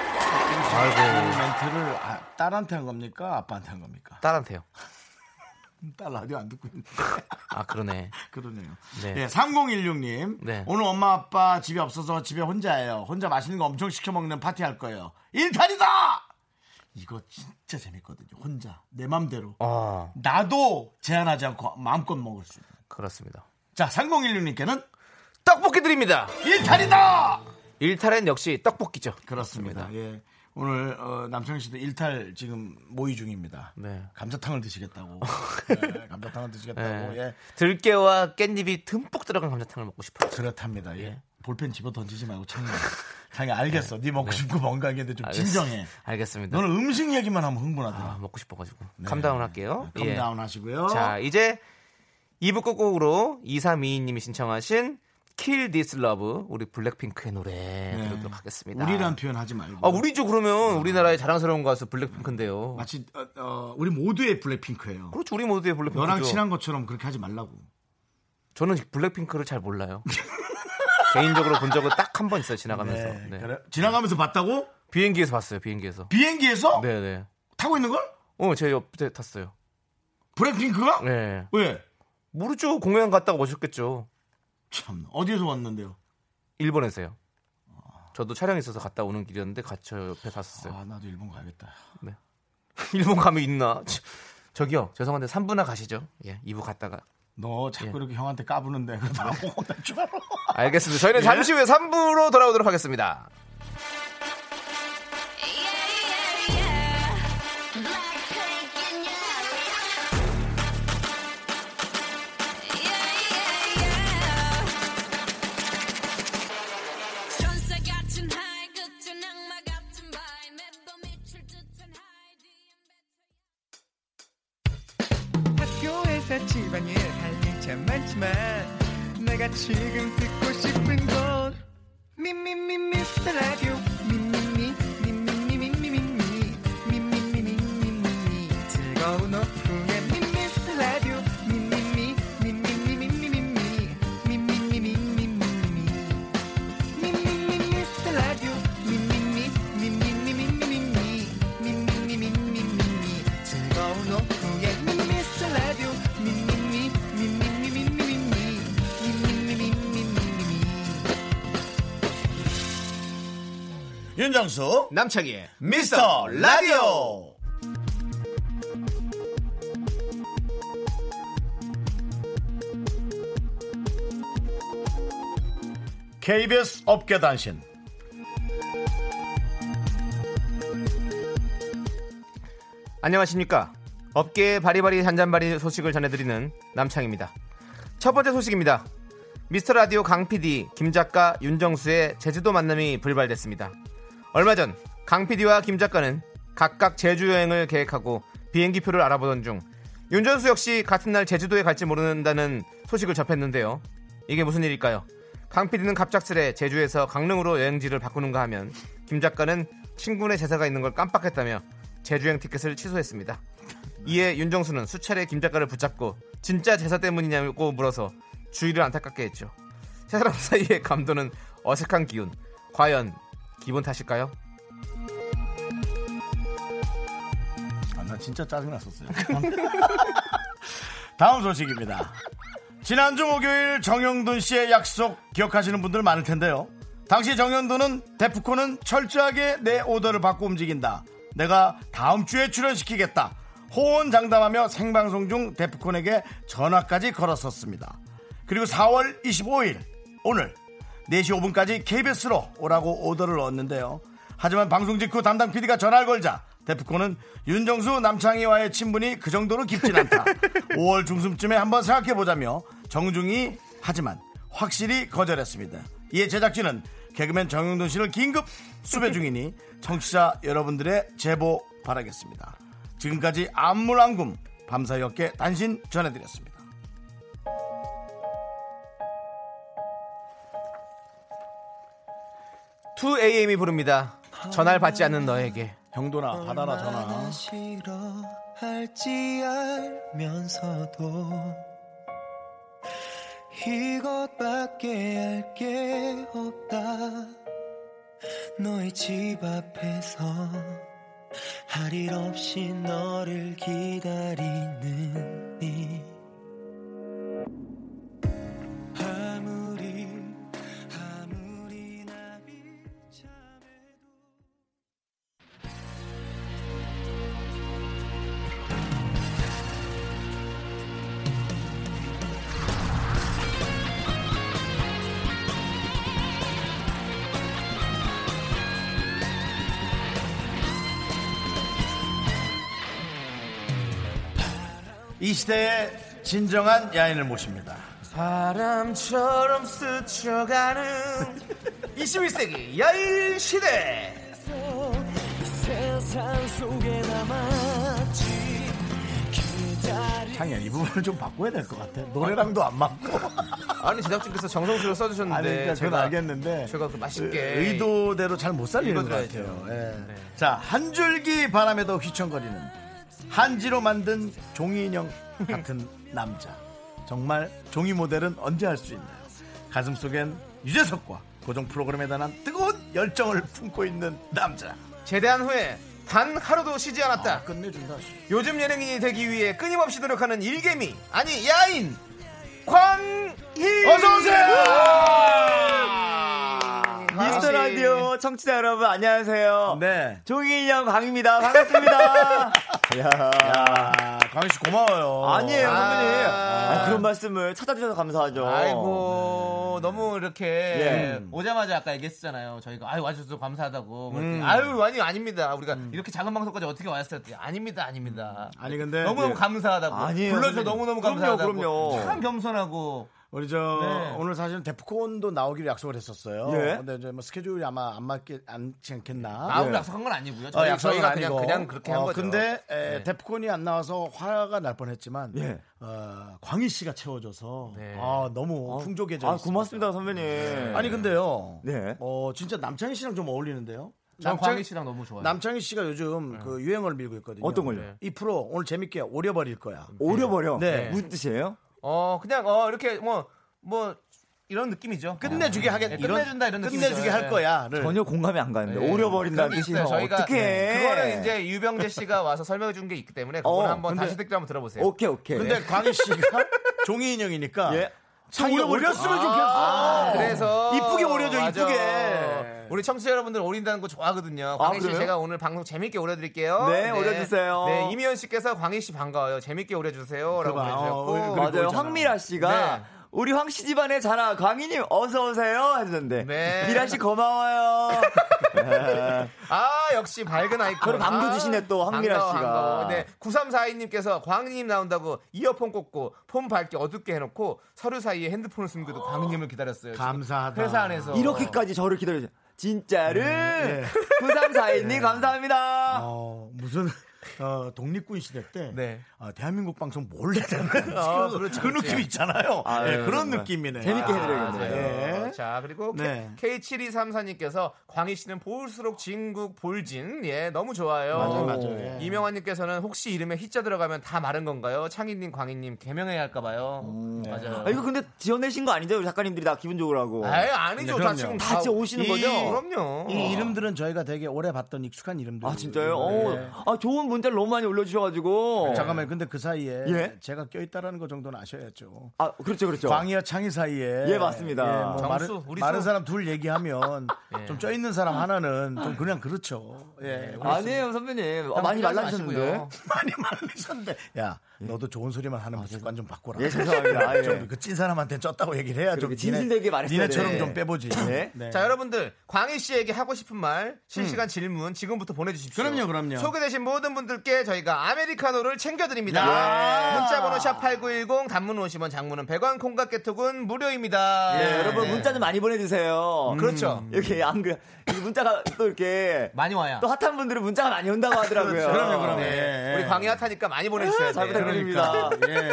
아이고. 멘트를 아, 딸한테 한 겁니까? 아빠한테 한 겁니까? 딸한테요. 딸 라디오 안 듣고 있는데. 아 그러네. 그러네요. 네. 예, 3016님. 네. 오늘 엄마 아빠 집에 없어서 집에 혼자예요. 혼자 맛있는 거 엄청 시켜 먹는 파티 할 거예요. 일탈이다! 이거 진짜 재밌거든요. 혼자. 내 맘대로. 어 나도 제한하지 않고 마음껏 먹을 수 있는. 그렇습니다. 자, 3016님께는 떡볶이 드립니다. 일탈이다! 일탈엔 역시 떡볶이죠. 그렇습니다. 예. 오늘 어, 남창희 씨도 일탈 지금 모의 중입니다. 네. 감자탕을 드시겠다고. 네, 감자탕을 드시겠다고. 예. 예. 들깨와 깻잎이 듬뿍 들어간 감자탕을 먹고 싶어요. 그렇답니다. 예. 볼펜 집어 던지지 말고 창문. 창이 알겠어. 네 먹고 싶고 뭔가 했는데 좀 알겠- 진정해. 알겠습니다. 너는 음식 얘기만 하면 흥분하더라. 아, 먹고 싶어가지고. 캄다운 할게요. 예. 네, 컴다운 하시고요. 자, 이제 2부 끝곡으로 2322님이 신청하신 Kill This Love 우리 블랙핑크의 노래 들도록 하겠습니다. 네. 우리란 표현 하지 말고. 아, 우리죠 그러면 우리나라의 자랑스러운 가수 블랙핑크인데요. 마치 어, 어, 우리 모두의 블랙핑크예요. 그렇죠 우리 모두의 블랙핑크죠. 너랑 친한 것처럼 그렇게 하지 말라고. 저는 블랙핑크를 잘 몰라요. 개인적으로 본 적은 딱 한 번 있어요 지나가면서. 네, 네. 그래. 지나가면서 봤다고? 비행기에서 봤어요 비행기에서. 비행기에서 네네. 타고 있는 걸? 어, 제 옆에 탔어요. 블랙핑크가? 네. 왜? 모르죠 공연 갔다가 오셨겠죠. 참 어디에서 왔는데요? 일본에서요. 저도 촬영 있어서 갔다 오는 길이었는데 갇혀 옆에 탔었어요. 아 나도 일본 가야겠다. 일본 가면 있나? 치, 저기요 죄송한데 3부나 가시죠. 예, 2부 갔다가 너 자꾸 이렇게 형한테 까부는데 그러다 혼날 줄 알아. 알겠습니다. 저희는 잠시 후에 3부로 돌아오도록 하겠습니다. 학교에서 집안일 할 일 참 많지만 내가 지금 듣고 싶은 건 미미미 미스터 라디오 미미미 미미미 미미미 미미미 미미미 미미미 즐거운 오후에 미미스터 라디오 미미미 미미미 미미미 미미미 미미미 미미미 윤정수 남창희의 미스터 라디오. KBS 업계 단신. 안녕하십니까. 업계의 바리바리 잔잔바리 소식을 전해드리는 남창입니다. 첫 번째 소식입니다. 미스터 라디오 강 PD, 김 작가, 윤정수의 제주도 만남이 불발됐습니다. 얼마 전 강 PD와 김 작가는 각각 제주 여행을 계획하고 비행기표를 알아보던 중 윤정수 역시 같은 날 제주도에 갈지 모른다는 소식을 접했는데요. 이게 무슨 일일까요? 강 PD는 갑작스레 제주에서 강릉으로 여행지를 바꾸는가 하면 김 작가는 친구네 제사가 있는 걸 깜빡했다며 제주행 티켓을 취소했습니다. 이에 윤정수는 수차례 김 작가를 붙잡고 진짜 제사 때문이냐고 물어서 주의를 안타깝게 했죠. 세 사람 사이의 감도는 어색한 기운. 과연 기분 탓일까요? 아, 나 진짜 짜증났었어요. 다음 소식입니다. 지난주 목요일 정영돈 씨의 약속 기억하시는 분들 많을 텐데요. 당시 정영돈은 데프콘은 철저하게 내 오더를 받고 움직인다. 내가 다음 주에 출연시키겠다. 호언장담하며 생방송 중 데프콘에게 전화까지 걸었었습니다. 그리고 4월 25일 오늘 4시 5분까지 KBS로 오라고 오더를 얻는데요. 하지만 방송 직후 담당 PD가 전화를 걸자 데프콘은 윤정수 남창희와의 친분이 그 정도로 깊진 않다. 5월 중순쯤에 한번 생각해보자며 정중히 하지만 확실히 거절했습니다. 이에 제작진은 개그맨 정영돈 씨를 긴급 수배 중이니 청취자 여러분들의 제보 바라겠습니다. 지금까지 안물안금 밤사이없게 단신 전해드렸습니다. 2AM이 부릅니다. 전화를 받지 않는 너에게. 형도나 받아라 전화. 싫어할지 알면서도 이것밖에 할 게 없다 너의 집 앞에서 할 일 없이 너를 기다리는 이 아무리 아무리 나 비참해도 이 시대의 진정한 야인을 모십니다. 바람처럼 스쳐가는 21세기 야일 시대. 창현 이 부분을 좀 바꿔야 될 것 같아. 노래랑도 안 맞고. 아니 제작진께서 정성스레 써주셨는데 아니 그러니까 그건 알겠는데 제가 그 맛있게 의도대로 잘 못 살리는 것 읽어드려야죠. 네. 같아요. 예. 자, 한 줄기 바람에도 휘청거리는 한지로 만든 종이 인형 같은 남자. 정말 종이 모델은 언제 할 수 있나요? 가슴 속엔 유재석과 고정 프로그램에 대한 뜨거운 열정을 품고 있는 남자. 제대한 후에 단 하루도 쉬지 않았다. 끝내준다. 요즘 예능인이 되기 위해 끊임없이 노력하는 일개미 아니 야인 광희 어서 아, 오세요. 미스터 라디오 청취자 여러분 안녕하세요. 아, 네. 종이인형 강입니다. 반갑습니다. 야, 강희 씨 고마워요. 아니에요, 아. 선배님. 아, 그런 말씀을 찾아주셔서 감사하죠. 아이고 너무 이렇게 예. 오자마자 아까 얘기했잖아요 저희가 아유 와주셔서 감사하다고 음. 그랬더니 아유 아니 아닙니다 우리가 이렇게 작은 방송까지 어떻게 왔어요 했더니 아닙니다 아닙니다 음. 아니, 근데 너무너무 예. 감사하다고 네, 아니에요, 불러줘서 선생님. 너무너무 그럼요, 감사하다고 그럼요. 참 겸손하고 우리 저 네. 오늘 사실은 데프콘도 나오기로 약속을 했었어요. 예. 근데 이제 뭐 스케줄이 아마 안 맞게 않지 않겠나. 나오고 약속한 건 아, 아니고요 네. 어, 저희, 약속은 저희가 그냥, 아니고. 그냥 그렇게 어, 한 거죠 근데 에, 데프콘이 안 나와서 화가 날 뻔했지만 네. 예. 어, 광희 씨가 채워줘서 네. 아, 너무 풍족해져. 아, 있습니다. 고맙습니다, 선배님. 아니 근데요. 네. 어, 진짜 남창희 씨랑 좀 어울리는데요. 난 남창- 광희 씨랑 너무 좋아요 네. 남창희 씨가 요즘 그 유행을 밀고 있거든요. 어떤 걸요? 이 프로 오늘 재밌게 오려버릴 거야. 네. 오려버려. 네. 무슨 뜻이에요? 어 그냥 어 이렇게 뭐 뭐 이런 느낌이죠. 끝내주게 하겠 네, 끝내준다 이런 느낌이죠. 끝내주게 할 예. 거야를 전혀 공감이 안 가는데 네. 그런 오려버린다는 게 뜻이 있어요. 저희가 어떻게 해? 그거는 이제 유병재 씨가 와서 설명해 준 게 있기 때문에 그걸 어, 한번 근데- 다시 듣기로 한번 들어보세요. 오케이 오케이. 근데 광희 씨가 종이 인형이니까 예. 창이 오렸으면 좋겠어. 아, 그래서 아, 이쁘게 오려줘, 맞아. 이쁘게. 우리 청취자 여러분들 오린다는 거 좋아하거든요. 광희 씨 그래요? 제가 오늘 방송 재밌게 오려드릴게요. 네, 오려주세요. 네 이미연 씨께서 광희 씨 반가워요. 재밌게 오려주세요라고 그거 봐. 어, 보내주셨고 그리고 맞아요. 있잖아. 황미라 씨가 네. 우리 황씨 집안의 자라 광희님 어서 오세요 했는데 네. 미라 씨 고마워요. 아 역시 밝은 아이콘. 그걸 반겨 주시네, 또, 황미라 반가워, 씨가. 반가워. 네, 9342님께서 광희님 나온다고 이어폰 꽂고 폰 밝게 어둡게 해놓고 서류 사이에 핸드폰을 숨기고 광희님을 기다렸어요. 지금 감사하다. 회사 안에서 이렇게까지 저를 기다려주세요. 진짜를 부산사인님 네. 감사합니다. 예. 네. 어, 무슨 어, 독립군 시대 때 네. 어, 대한민국 방송 몰래 되는 아, 그, 그렇지, 그 그렇지. 느낌 있잖아요. 그렇죠, 아, 예, 네, 그런 정말. 느낌이네. 재밌게 해드려야겠네요. 맞아요. 예. 네. 자 그리고 네. K7234님께서 광희 씨는 볼수록 진국 볼진 예 너무 좋아요. 맞아요, 네. 맞아요. 예. 이명환님께서는 혹시 이름에 희자 들어가면 다 마른 건가요? 창희님 광희님 개명해야 할까봐요. 맞아요. 아, 이거 근데 지어내신 거 아니죠? 우리 작가님들이 다 기분 좋으라고 아유 아니죠. 네, 다 그럼요. 지금 다 지금 오시는 이- 거죠? 그럼요. 이 이름들은 저희가 되게 오래 봤던 익숙한 이름들. 어. 네. 아 진짜요? 어, 아 좋은 문자를 너무 많이 올려주셔가지고. 잠깐만 근데 그 사이에 예? 제가 껴있다라는 거 정도는 아셔야죠. 아 그렇죠 그렇죠. 광희와 창희 사이에 예, 맞습니다. 뭐 정수, 마른, 우리 마른 수. 예. 사람 둘 얘기하면 좀 쪄있는 사람 하나는 좀 그냥 그렇죠. 네, 예, 아니에요 선배님. 아, 많이 말라주셨는데. 많이 말리셨는데 야 너도 좋은 소리만 하는 무술관 좀 바꿔라 아, 예 죄송합니다. 아, 예. 좀그찐 사람한테 쪘다고 얘기를 해야 좀 그렇게 니네- 진실되게 말했어야 니네처럼 돼. 좀 빼보지 네. 자 여러분들 광희 씨에게 하고 싶은 말 실시간 질문 지금부터 보내주십시오. 그럼요, 그럼요. 소개되신 모든 분들께 저희가 아메리카노를 챙겨드립니다. 야. 문자번호 샵 #8910 단문 50원, 장문은 100원, 콩과 깨톡은 무료입니다. 네, 여러분 문자 좀 많이 보내주세요. 그렇죠. 이렇게 안 그래 이 문자가 또 이렇게 많이 와야. 또 핫한 분들은 문자가 많이 온다고 하더라고요. 그럼요, 그럼요. 네. 예. 우리 광희 핫하니까 많이 보내주셔야 잘 돼요. 부탁드립니다. 그러니까, 예.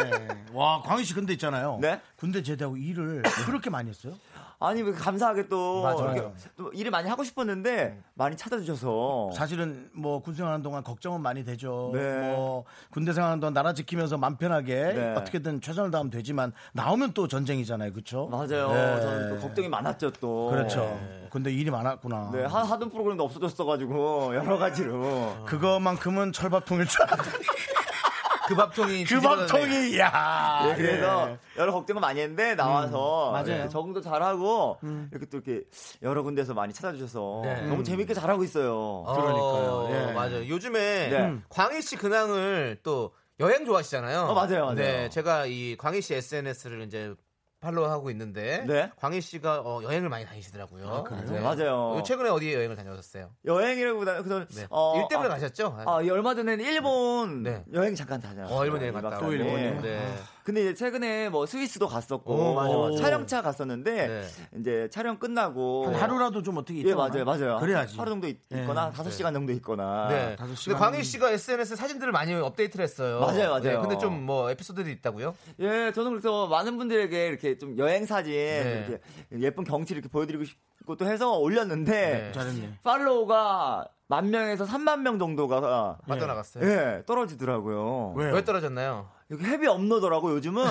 와 광희 그러니까. 씨 근데 있잖아요 네? 군대 제대하고 일을 그렇게 많이 했어요? 어. 아니 왜 감사하게 또, 맞아요. 이렇게 또 일을 많이 하고 싶었는데 많이 찾아주셔서 사실은 뭐 군생활하는 동안 걱정은 많이 되죠. 어. 네. 뭐 군대 생활하는 동안 나라 지키면서 맘 편하게 네. 어떻게든 최선을 다하면 되지만 나오면 또 전쟁이잖아요, 그렇죠? 맞아요. 저는 또 걱정이 많았죠 또. 그렇죠. 근데 일이 많았구나. 네 하, 하던 프로그램도 없어졌어가지고 여러 가지로. 그거만큼은 철밥통일 줄 알았더니 그 밥통이 그 뒤집어졌네. 밥통이 야. 예. 네, 그래서 예, 여러 걱정을 많이 했는데 나와서 맞아요. 이렇게 적응도 잘하고 이렇게 또 이렇게 여러 군데서 많이 찾아주셔서 네. 너무 재밌게 잘하고 있어요. 어, 그러니까요. 예. 맞아요. 요즘에 네. 음. 광희 씨 근황을 또 여행 좋아하시잖아요. 어, 맞아요, 맞아요. 네, 제가 이 광희 씨 SNS를 이제 팔로우하고 있는데 네. 광희 씨가 어, 여행을 많이 다니시더라고요. 그 네, 맞아요. 최근에 어디 여행을 다녀오셨어요? 여행이라기보다는 그전 네. 어, 일 때문에 아, 가셨죠? 아, 이 얼마 전에는 일본 네. 여행 잠깐 다녀왔어요. 어, 일본 여행 갔다 또 오고. 일본이요? 네. 근데 이제 최근에 뭐 스위스도 갔었고 오, 맞아, 맞아. 촬영차 갔었는데 네. 이제 촬영 끝나고 한 하루라도 좀 어떻게 예 있잖아. 맞아요 맞아요 그래야지. 하루 정도 있, 거나 다섯 시간 정도 있거나 네. 다섯 시간 근데 광희 씨가 SNS 에 사진들을 많이 업데이트를 했어요. 아, 맞아요, 맞아요. 네, 근데 좀 뭐 에피소드들이 있다고요? 예 저는 그래서 많은 분들에게 이렇게 좀 여행 사진 네. 이렇게 예쁜 경치 이렇게 보여드리고 싶고 또 해서 올렸는데 네. 잘했네. 팔로우가 만 명에서 3만 명 정도가 네. 빠져나갔어요. 예 떨어지더라고요 왜요? 왜 떨어졌나요? 여기 헤비 업로더라고 요즘은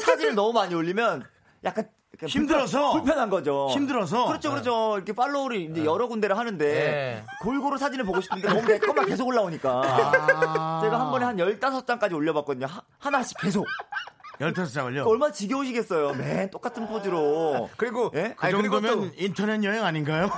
사진을 너무 많이 올리면 약간 약간 힘들어서? 불편, 불편한 거죠. 힘들어서? 네. 그렇죠, 그렇죠. 이렇게 팔로우를 이제 여러 군데를 하는데 네. 골고루 사진을 보고 싶은데 너무 내 것만 계속 아. 올라오니까 제가 한 번에 한 15장까지 올려봤거든요. 하, 하나씩 계속. 열다섯 장을요. 얼마나 지겨우시겠어요. 맨 똑같은 포즈로. 그리고 예? 그 아니, 그리고 정도면 또- 인터넷 여행 아닌가요?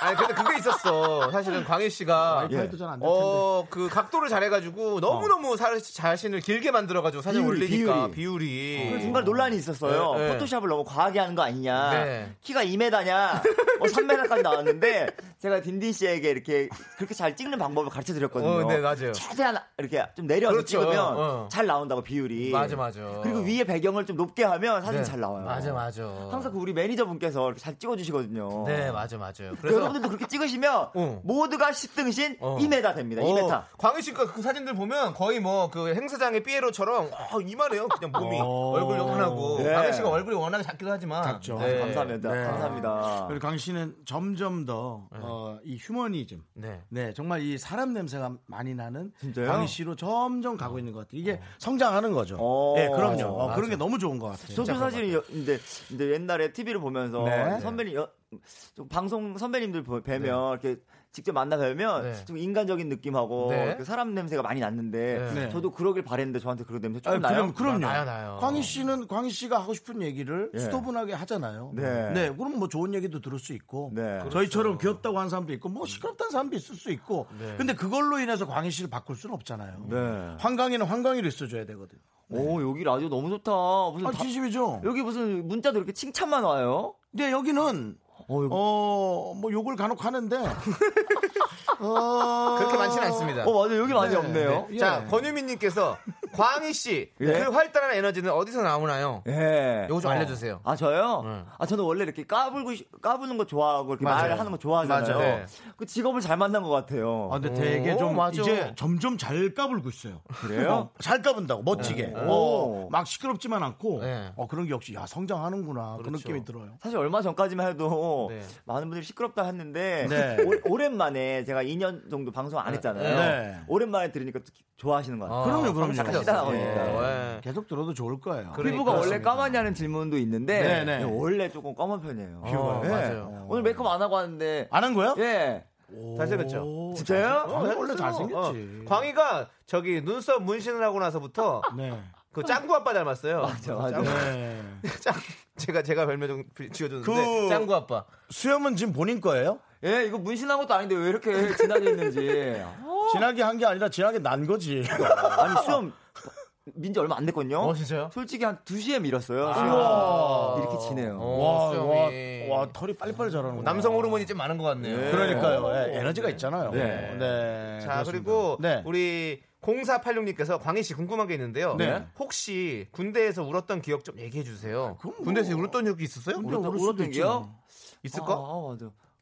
아니 근데 그게 있었어. 사실은 광희 씨가 와이파이도 잘 안 될 텐데. 어 그 각도를 잘해가지고 너무 너무 자신을 길게 만들어가지고 사진 어. 비율이, 올리니까 비율이. 비율이, 그 중간에 논란이 있었어요. 네, 네. 포토샵을 너무 과하게 하는 거 아니냐. 네. 키가 2m냐. 어, 3m까지 나왔는데 제가 딘딘 씨에게 이렇게 그렇게 잘 찍는 방법을 가르쳐 드렸거든요. 어, 네, 맞아요. 최대한 이렇게 좀 내려서 그렇죠. 찍으면 어. 잘 나온다고 비율이. 맞아, 맞아. 그리고 위에 배경을 좀 높게 하면 사진 이잘 나와요. 맞아 맞아. 항상 그 우리 매니저분께서 이렇게 잘 찍어 주시거든요. 네 맞아 맞아요. 그래서 여러분들도 그렇게 찍으시면 어. 모두가 10등신 어. 2m 됩니다. 어, 2m. 광희 씨가 그 사진들 보면 거의 뭐 그 행사장의 삐에로처럼 와, 이만해요. 그냥 몸이 얼굴 요만하고 어. 네. 광희 씨가 얼굴이 워낙에 작기도 하지만 작죠. 네. 감사합니다. 네. 감사합니다. 그리고 강 씨는 점점 더, 어, 이 휴머니즘. 네. 네, 정말 이 사람 냄새가 많이 나는 진짜요? 강 씨로 점점 가고 있는 것 같아요. 이게 성장하는 거죠. 어. 네, 그럼요. 어, 맞아. 그런 게 너무 좋은 것 같아요. 저도 사실 여- 이제, 이제 옛날에 TV를 보면서 네. 선배님 여- 좀 방송 선배님들 보- 뵈면 이렇게 직접 만나 뵈면 네. 좀 인간적인 느낌하고 네. 이렇게 사람 냄새가 많이 났는데 네. 저도 그러길 바랬는데 저한테 어, 그런 냄새 아, 조금 나요. 그럼 그럼요. 나요, 나요. 광희 씨는 광희 씨가 하고 싶은 얘기를 예. 수도분하게 하잖아요. 네. 그럼 뭐 좋은 얘기도 들을 수 있고 네. 저희처럼 귀엽다고 하는 사람도 있고 뭐 시끄럽다는 사람도 있을 수 있고. 근데 그걸로 인해서 광희 씨를 바꿀 수는 없잖아요. 네. 황강이는 황강이로 있어줘야 되거든. 오 여기 라디오 너무 좋다. 무슨 아, 다- 진심이죠. 여기 무슨 문자도 이렇게 칭찬만 와요. 근데 여기는 어, 여기- 어, 뭐 욕을 간혹 하는데. 어, 그렇게 많지는 않습니다. 어, 맞아요. 여기 많이 없네요. 예. 자 권유민님께서 광희 씨그 예. 활달한 에너지는 어디서 나오나요? 예. 요거 어. 좀 알려주세요. 아 저요? 네. 아 저는 원래 이렇게 까불고 시- 까부는 거 좋아하고 이렇게 맞아요. 말하는 거 맞아요. 좋아하잖아요. 네. 그 직업을 잘 만난 것 같아요. 아, 근데 되게 오, 좀 맞아. 이제 점점 잘 까불고 있어요. 그래요? 어, 잘 까분다고 네. 멋지게. 오. 어, 막 시끄럽지만 않고. 네. 어, 그런 게 역시 야 성장하는구나 그 그렇죠. 느낌이 들어요. 사실 얼마 전까지만 해도 네. 많은 분들이 시끄럽다 했는데 네. 오, 랜만에 제가 2년 정도 방송 안 했잖아요. 네. 오랜만에 들으니까 또 기- 좋아하시는 것 같아요. 어. 그럼요, 그럼요. 잠깐 쉬다 나오니까. 네. 계속 들어도 좋을 거예요. 그래. 피부가 원래 그렇습니다. 까마냐는 질문도 있는데 예, 네, 네. 원래 조금 검은 편이에요. 피부가요? 네. 어, 맞아요. 오늘 메이크업 안 하고 왔는데 안 한 어. 거예요? 예. 잘생겼죠? 진짜요? 광희 네, 원래 어, 잘생겼지. 광희가 저기 눈썹 문신을 하고 나서부터 네. 그 짱구 아빠 닮았어요. 맞아, 맞아. 짱구, 네. 짱, 제가 제가 별명 좀 지어줬는데 그- 짱구 아빠. 수염은 지금 본인 거예요? 예, 이거 문신한 것도 아닌데 왜 이렇게 진하게 했는지. 진하게 한 게 아니라 진하게 난 거지. 아니 수염 민지 얼마 안 됐거든요. 어, 진짜요? 솔직히 한 2시에 밀었어요. 수염. 아. 이렇게 지네요. 어, 와, 와, 수염이. 와, 털이 빨리빨리 자라는 거. 남성 호르몬이 좀 많은 것 같네요. 그러니까요. 예, 에너지가 있잖아요. 네. 자, 그렇습니다. 그리고 네. 우리 0486님께서 광희 씨 궁금한 게 있는데요. 네. 혹시 군대에서 울었던 기억 좀 얘기해 주세요. 그건 뭐- 군대에서 울었던 기억이 있었어요? 울었던 울었던 기억? 있을까? 아, 아,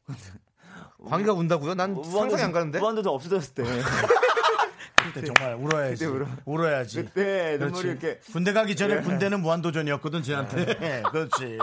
맞아. 광희가 운다고요? 난 상상이 안 가는데. 무한도전 없어졌을 때. 그때 정말 울어야지. 그때 울어. 울어야지. 그때 네, 눈물이 그렇지. 이렇게 예. 군대 가기 전에 군대는 무한도전이었거든, 쟤한테. 그렇지.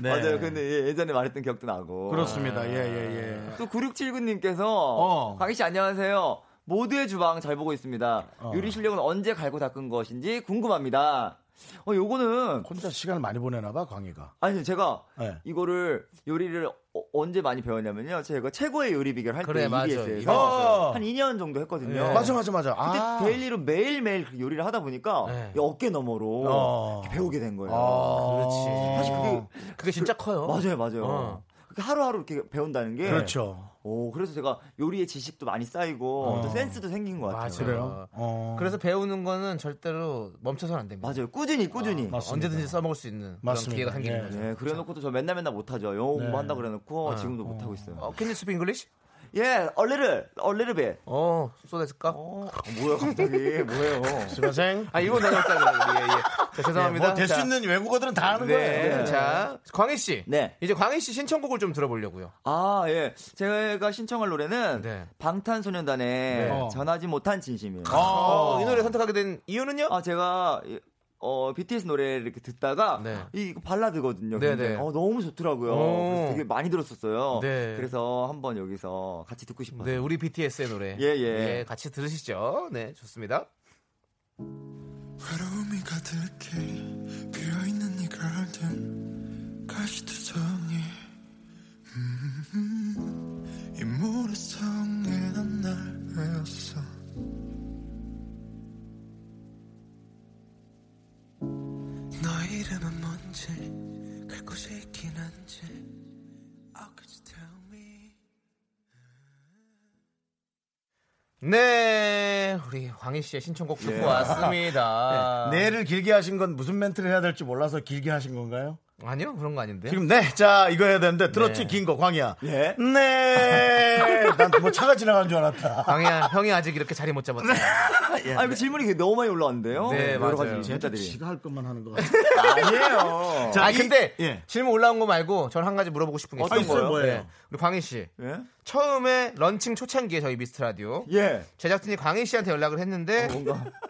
네. 맞아요. 근데 아. 예, 예전에 말했던 기억도 나고. 그렇습니다. 예, 예, 예. 또 9679님께서 어. 강희 씨 안녕하세요. 모두의 주방 잘 보고 있습니다. 요리 실력은 언제 갈고 닦은 것인지 궁금합니다. 어 요거는 혼자 시간을 많이 보내나 봐, 광희가. 아니 제가 네. 이거를 요리를 어- 언제 많이 배웠냐면요. 제가 최고의 요리 비결 할때 그래, 맞아. EBS에서 이거. 한 2년 정도 했거든요. 맞아, 맞아, 맞아. 예. 네. 그때 아. 데일리로 매일매일 그 요리를 하다 보니까 네. 이 어깨 너머로 어. 이렇게 배우게 된 거예요. 아. 사실 그게 그게 진짜 커요. 맞아요, 맞아요. 어. 그렇게 하루하루 이렇게 배운다는 게 그렇죠. 오, 그래서 제가 요리의 지식도 많이 쌓이고 또 센스도 생긴 것 같아요. 맞아요. 그래요? 어. 그래서 배우는 거는 절대로 멈춰선 안 됩니다. 맞아요. 꾸준히 꾸준히. 맞습니다. 언제든지 써먹을 수 있는 그런 맞습니다. 기회가 생기는 예. 거죠. 네, 그래놓고도 저 맨날 맨날 못하죠. 영어 공부한다 그래놓고 지금도 못하고 있어요. 어, can you speak English? 예, 얼레르, 얼레르베. 어, 쏟아질까? 어, 뭐야 갑자기 뭐예요? 수고생. 아, 이건 내가 짜증나. 예, 예. 자, 죄송합니다. 뭐 될 수 자, 있는 외국어들은 다 하는 거예요. 네. 자, 광희 씨. 네. 이제 광희 씨 신청곡을 좀 들어보려고요. 아 예, 제가 신청할 노래는 네. 방탄소년단의 어. 전하지 못한 진심이에요. 어, 이 노래 선택하게 된 이유는요? 아 제가 이- 어 BTS 노래 이렇게 듣다가 네. 이 이거 발라드거든요. 네, 근데 네. 어, 너무 좋더라고요. 오. 그래서 되게 많이 들었었어요. 네. 그래서 한번 여기서 같이 듣고 싶어요. 네, 우리 BTS의 노래. 예, 예. 같이 들으시죠. 네, 좋습니다. 외로움이 가득해 비어있는 이 garden 가시투성이 음, 이 모래성에 난날 외웠어 너의 이름은 뭔지 갈 곳이 있긴 한지 Oh could you tell me 네, 우리 광희 씨의 신청곡 듣고 아. 왔습니다. 네를 길게 하신 건 무슨 멘트를 해야 될지 몰라서 길게 하신 건가요? 아니요, 그런 거 아닌데요. 지금 네, 자 이거 해야 되는데 들었지 네. 긴 거 광희야. 예. 네. 난 뭐 차가 지나간 줄 알았다. 광희야, 형이 아직 이렇게 자리 못 잡았어요. 아니 그 질문이 이게 너무 많이 올라왔는데요. 예. 네, 여러 맞아요. 가지 쟤도 문자들이. 지가 할 것만 하는 것 같아. 아니에요. 자, 아, 이- 근데 예. 질문 올라온 거 말고 저는 한 가지 물어보고 싶은 게 어떤 있어요. 네. 거요? 뭐예요? 우리 광희 씨. 예? 처음에 런칭 초창기에 저희 미스트 라디오 예. 제작진이 광희 씨한테 연락을 했는데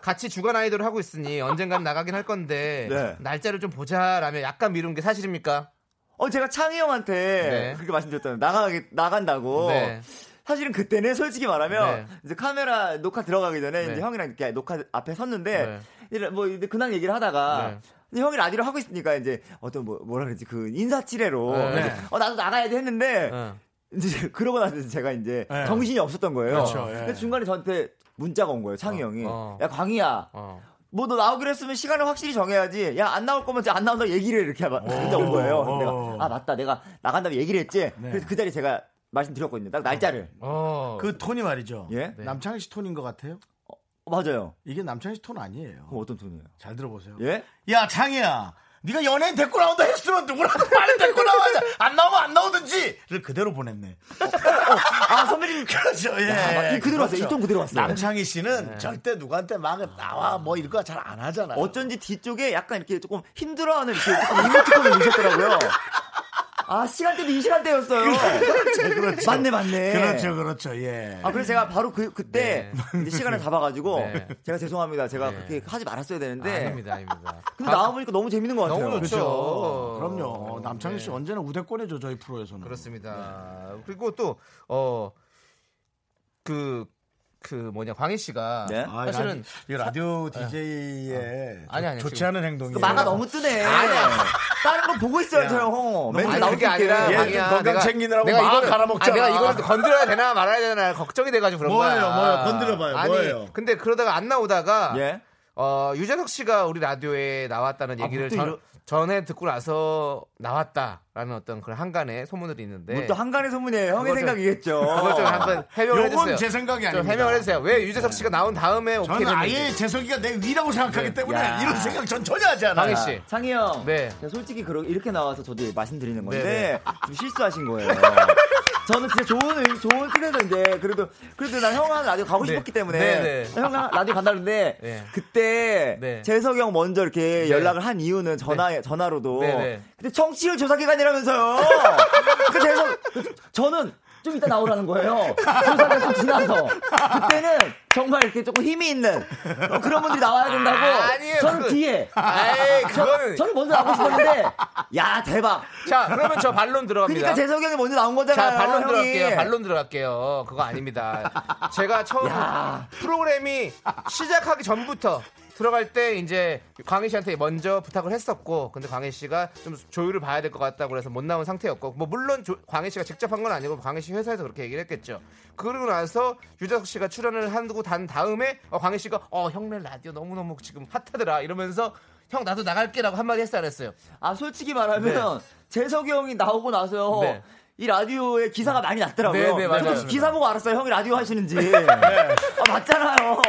같이 주간 아이돌을 하고 있으니 언젠간 나가긴 할 건데 네. 날짜를 좀 보자라며 약간 미룬 게 사실입니까? 어 제가 창희 형한테 네. 그렇게 말씀드렸잖아요. 나가게 어, 나간다고. 네. 사실은 그때는 솔직히 말하면 네. 이제 카메라 녹화 들어가기 전에 네. 이제 형이랑 이렇게 녹화 앞에 섰는데 네. 이래- 뭐 이제 근황 얘기를 하다가 아, 네. 이제 형이 라디오 하고 있으니까 이제 어떤 뭐 뭐라 그러지 그 인사치레로 네. 이제 어 나도 나가야지 했는데 응. 이제 그러고 나서 이제 제가 이제 네. 정신이 없었던 거예요. 그렇죠, 예. 근데 중간에 저한테 문자가 온 거예요. 창희 형이 네. 어. 야 광희야 어. 뭐 너 나오기로 했으면 시간을 확실히 정해야지. 야 안 나올 거면 이제 안 나온다고 얘기를 이렇게 막 진짜 온 거예요. 그래서 내가 아 맞다 내가 나간다고 얘기를 했지. 그래서 그 자리 에 제가 말씀드렸거든요. 딱 날짜를. 어. 네. 그 톤이 말이죠. 예? 남창희 씨 톤인 것 같아요. 어, 맞아요. 이게 남창희 씨 톤 아니에요. 그럼 어떤 톤이에요? 잘 들어보세요. 예? 야 창희야, 네가 연예인 데리고 나온다 했으면 누구라도 빨리 데리고 나와야 안 나오면 안 나오든지를 그대로 보냈네. 어, 아 선배님. 그렇죠. 예. 아, 막 이 그대로 왔어요. 이 톤 그대로 왔어요. 네. 남창희 씨는 절대 누구한테 막 나와 뭐 이런 거 잘 안 하잖아요. 어쩐지 뒤쪽에 약간 이렇게 조금 힘들어하는 이렇게 조금 이모티콘을 넣으셨더라고요. 아 시간대도 이 시간대였어요. 그렇죠. 맞네 맞네. 그렇죠, 네. 그렇죠. 예. 아, 그래서 제가 바로 그, 그때 이제 시간을 잡아가지고 네. 제가 죄송합니다. 제가 네. 그렇게 하지 말았어야 되는데. 아닙니다, 아닙니다. 근데 나와보니까 너무 재밌는 것 같아요. 너무 좋죠. 어, 그렇죠. 어, 네. 그럼요. 남창희 씨 네. 언제나 우대권이죠 저희 프로에서는. 그렇습니다. 그리고 또, 어, 그, 그 뭐냐, 광희 씨가 네? 아, 사실은 이 라디오 DJ의 아니, 아니, 좋지 지금. 않은 행동이에요. 그 마가 너무 뜨네. 아, 다른 거 보고 있어요, 저 형. 뭐 아니, 맨날 나올 그게 게 아니라 얘는 아니라. 광희야, 건강 챙기느라고 막 이거를- 갈아먹잖아. 아, 내가 이거를 또 건드려야 되나 말아야 되나 걱정이 돼가지고 그런 뭐예요, 거야. 뭐예요? 건드려봐요, 아니, 뭐예요? 근데 그러다가 안 나오다가 예. 어, 유재석 씨가 우리 라디오에 나왔다는 아, 얘기를 그것도 전, 이러- 전에 듣고 나서 나왔다라는 어떤 그런 한간의 소문들이 있는데 네. 뭐또 한간의 소문이에요. 형의 그거 좀- 생각이겠죠. 그걸 좀 한번 해명을 해주세요. 요건 제 생각이 좀 아닙니다. 해명을 해주세요. 왜 유재석 씨가 나온 다음에 오케이 저는 됐는지. 아예 재석이가 내 위라고 생각하기 때문에 야. 이런 생각 전 전혀 하지 않아요. 강희 씨. 창희 형. 네. 제가 솔직히 그러, 이렇게 나와서 저도 말씀드리는 건데 네, 좀 실수하신 거예요. 저는 진짜 좋은 의- 좋은 뜻에서 이제 그래도 그래도 나 형한 라디오 가고 네. 싶었기 때문에 네, 네. 형 라디오 간다는데 네. 그때 네. 재석이 형 먼저 이렇게 연락을 한 이유는 전화 전화로도 네, 네. 근데 청취율 조사 기간이라면서요. 그 재석 저는 좀 이따 나오라는 거예요. 조사가 좀 지나서. 그때는 정말 이렇게 조금 힘이 있는 어, 그런 분들이 나와야 된다고. 아니에요, 저는 그건- 뒤에. 아이, 저, 그거는. 저는 먼저 나오고 싶었는데, 야, 대박. 자, 그러면 저 반론 들어갑니다. 그러니까 재석이 형이 먼저 나온 거잖아요. 자, 반론 형이. 들어갈게요. 반론 들어갈게요. 그거 아닙니다. 제가 처음 야. 프로그램이 시작하기 전부터 들어갈 때 이제 광희 씨한테 먼저 부탁을 했었고, 근데 광희 씨가 좀 조율을 봐야 될 것 같다고 그래서 못 나온 상태였고, 뭐 물론 조- 광희 씨가 직접 한 건 아니고 광희 씨 회사에서 그렇게 얘기를 했겠죠. 그러고 나서 유재석 씨가 출연을 하고 단 다음에 어, 광희 씨가 어 형네 라디오 너무 너무 지금 핫하더라 이러면서 형 나도 나갈게라고 한마디 했어요, 안 했어요. 아, 솔직히 말하면 재석이 형이 나오고 나서 네. 이 라디오에 기사가 많이 났더라고요. 네, 네, 맞아요. 네. 그래서 기사 보고 알았어요. 형이 라디오 하시는지. 아, 맞잖아요.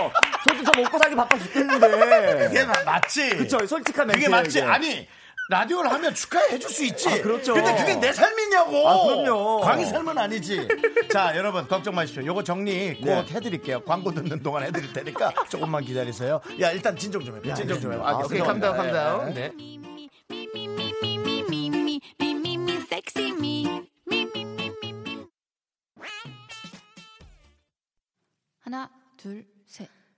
저도 저 먹고 살기 바빠 네. 그게 죽겠는데. 마- 맞지. 그쵸, 솔직한 멘트. 그게 맞지. 아니 라디오를 하면 축하해 줄 수 있지. 아, 그렇죠. 근데 그게 내 삶이냐고. 아, 그럼요. 광희 삶은 아니지. 자, 여러분 걱정 마십시오. 요거 정리 곧 해드릴게요. 광고 듣는 동안 해드릴 테니까 조금만 기다리세요. 야, 일단 진정 좀 해봐. 진정 좀 해봐. 아, 오케이, 죄송합니다. 감다운, 감다운. 네. Me, me, me, me, me, me, me, me, me, me, me, me, sexy me. Me, me, me, me, me. 하나, 둘, 셋.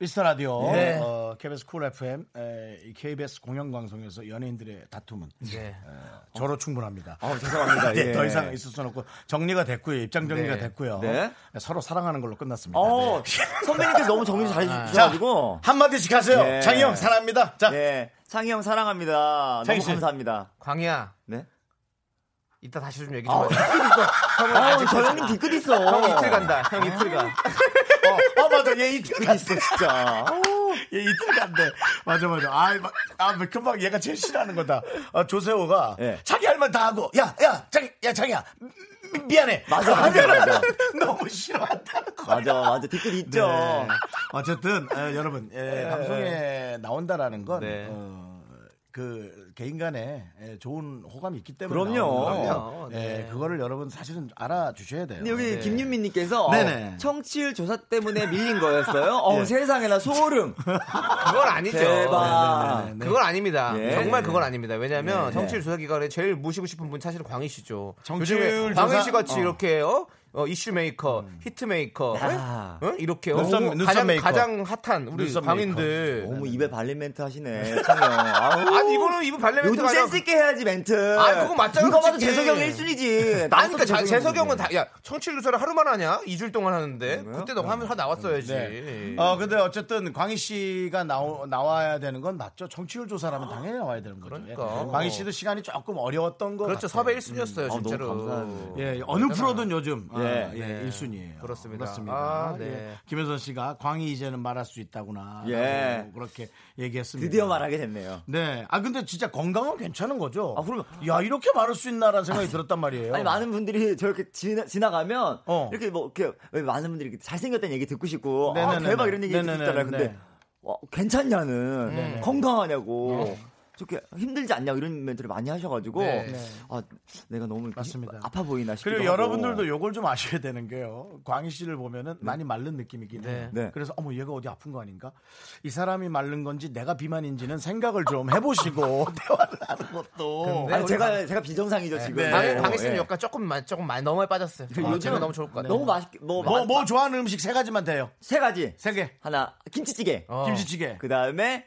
미스터 라디오 네. 어, KBS 쿨 FM 에, 이 KBS 공영방송에서 연예인들의 다툼은 네. 저로 충분합니다. 아, 죄송합니다. 네, 예. 더 아, 이상 있을 수는 없고 정리가 됐고요. 입장 정리가 네. 됐고요. 네. 서로 사랑하는 걸로 끝났습니다. 네. 어, 선배님께서 너무 아, 정리 잘 해주셔가지고. 한 마디씩 하세요. 네. 장희 형 사랑합니다. 자, 네. 창희 형 사랑합니다. 창희 너무 씨. 감사합니다. 광희야, 네. 이따 다시 좀 얘기 좀 해. 형은 아, 아직 저 형님 뒤끝 있어. 형 이틀 간다. 형 이틀 가. 어, 어, 맞아. 얘 이틀 있어, 진짜. 얘 예, 이틀 간대. 맞아 맞아. 아, 마- 아 금방 얘가 제일 싫어하는 거다. 아, 조세호가 네. 자기 할 말 다 하고 야야 자기 야 장이야 미- 미안해. 맞아, 맞아, 맞아. 너무 싫어한다는 거. 맞아, 맞아. 뒤끝 있죠. 네. 어쨌든 에, 여러분 에, 방송에 나온다라는 건. 네. 어, 그 개인 간에 에, 좋은 호감이 있기 때문에 그럼요. 나오는 거고요. 아, 그럼요. 에, 네. 그거를 여러분 사실은 알아주셔야 돼요. 네. 근데 네. 여기 김윤민님께서 네네. 어, 청취율 조사 때문에 밀린 거였어요. 어, 예. 세상에나 소름. 네, 그건 아니죠. 대박. 네, 네. 그건 아닙니다. 네. 정말 네. 그건 아닙니다. 왜냐하면 네. 정치율 조사 기관에 제일 모시고 싶은 분 사실은 광희 씨죠. 정치율 요즘에 조사- 광희 씨 같이 어. 이렇게 어? 어, 이슈 메이커, 히트 메이커, 음. 야. 어? 어? 이렇게 눈썹- 어, 눈썹 가장 메이커. 가장 핫한 우리 눈썹 광인들. 너무 입에 발리멘트 하시네. 창이 형. 아우. 아니 이거는 이거 발레멘트가 요즘 아니라 센스 있게 해야지 멘트. 아니, 그거 맞잖아, 누가 봐도 솔직히. 재석이 형 1순위지. 아니 그러니까 자- 재석이 형은 다야 청취율 조사를 하루만 하냐? 2주일 동안 네. 하는데 그때 너가 하면서 나왔어야지. 네. 어 근데 어쨌든 광희 씨가 나오, 나와야 되는 건 맞죠? 정치율 조사라면 당연히 나와야 되는 거죠. 그러니까. 예. 광희 씨도 시간이 조금 어려웠던 거 같아요. 그렇죠. 섭외 1순위였어요 너무 진짜로. 감사하네요. 예, 어느 프로든 요즘 아, 예. 예, 1순위예요. 네. 그렇습니다. 그렇습니다. 아, 예. 네. 김현선 씨가 광희 이제는 말할 수 있다구나. 예. 라고 그렇게 얘기했습니다. 드디어 말하게 됐네요. 네. 아 근데 진짜 건강은 괜찮은 거죠. 아, 그럼요. 야 이렇게 말할 수 있나라는 생각이 들었단 말이에요. 아니 많은 분들이 저렇게 지나, 지나가면 어. 이렇게 뭐 이렇게 왜 많은 분들이 이렇게 잘생겼다는 얘기 듣고 싶고 아, 네네네네. 대박 이런 얘기 듣고 네네네네. 네, 싶잖아요. 근데 와, 괜찮냐는 건강하냐고 좋게 힘들지 않냐 고 이런 멘트를 많이 하셔가지고 네. 아 내가 너무 이렇게 맞습니다. 아파 보이나 싶기도 그리고 하고. 여러분들도 요걸 좀 아셔야 되는 게요. 광희 씨를 보면은 많이 마른 느낌이긴 해요. 네. 그래서 어머 얘가 어디 아픈 거 아닌가? 이 사람이 마른 건지 내가 비만인지는 생각을 좀 해보시고 네, 대화를 하는 것도. 아니, 제가 제가 비정상이죠 네. 지금. 네, 방해 방해 예. 씨는 약간 조금 많이 조금 많이 너무 많이 빠졌어요. 아, 제가 너무 좋을 것 같아요. 너무 맛있게 뭐 뭐 뭐 세 좋아하는 음식 세 가지만 돼요. 가지 세 개. 하나 김치찌개 어. 김치찌개, 그 다음에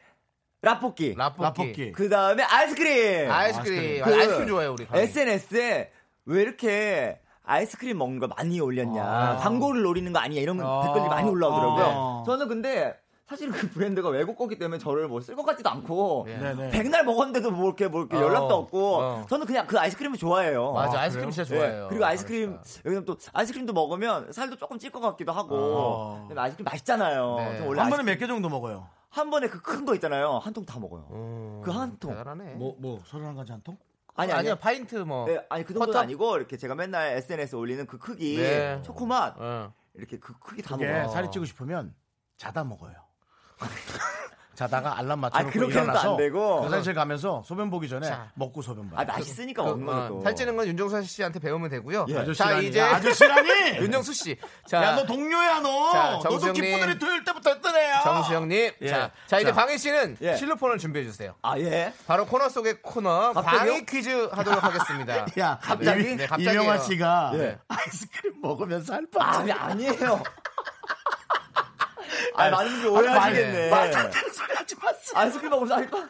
라볶이 라볶이. 네, 라볶이. 그 다음에 아이스크림 아이스크림. 그 아이스크림 좋아해요, 예. 우리. 강희. SNS에 왜 이렇게 아이스크림 먹는 거 많이 올렸냐, 아. 광고를 노리는 거 아니냐 이런 아. 네. 댓글이 많이 올라오더라고요. 아. 저는 근데 사실 그 브랜드가 외국 거기 때문에 저를 뭐 쓸 것 같지도 않고 예. 네네. 그 백날 먹었는데도 뭐 이렇게 뭐 이렇게 어. 연락도 없고 어. 저는 그냥 그 아이스크림을 좋아해요. 맞아. 아이스크림 진짜 예, 좋아해요. 그리고 아이스크림 그러니까. 여기는 또 아이스크림도 먹으면 살도 조금 찔 것 같기도 하고 어. 근데 아이스크림 맛있잖아요. 네. 저는 원래 한 번에 아이스크림- 몇 개 정도 먹어요? 한 번에 그 큰 거 있잖아요. 한 통 다 먹어요. 음, 그 한 통. 대단하네. 어, 뭐 서른 한 가지 한 통? 아니 아니, 아니요. 요 파인트 뭐. 네, 아니 그 정도는 커터? 아니고 이렇게 제가 맨날 SNS 에 올리는 그 크기 네. 초코맛 어. 이렇게 그 크기 다 그게 먹어요. 살이 찌고 싶으면 자다 먹어요. 자다가 알람 맞춰놓고 아, 그렇게는 또 일어나서 안 되고. 화장실 가면서 소변 보기 전에 자. 먹고 소변 봐. 아 맛있으니까 먹는 어, 거. 살찌는 건 윤정수 씨한테 배우면 되고요. 예. 자 아저씨라니. 이제 야, 아저씨라니! 윤정수 씨. 자 야 너 동료야 너. 자, 너도 정수영님. 기쁜 우리 토요일 때부터 했던 애야. 정수영님. 예. 자, 자 이제 자. 방희 씨는 예. 실로폰을 준비해 주세요. 아 예. 바로 코너 속의 코너 갑자기요? 방희 퀴즈 하도록 하겠습니다. 야 갑자기? 갑자기 네, 갑자기요. 이명화 씨가 예. 아이스크림 먹으면서 할 뻔. 아, 아니, 아니에요. 아, 맞는지 오해하시겠네. 맞다는 소리 하지 마세요. 아이스크림 먹으면서 할까?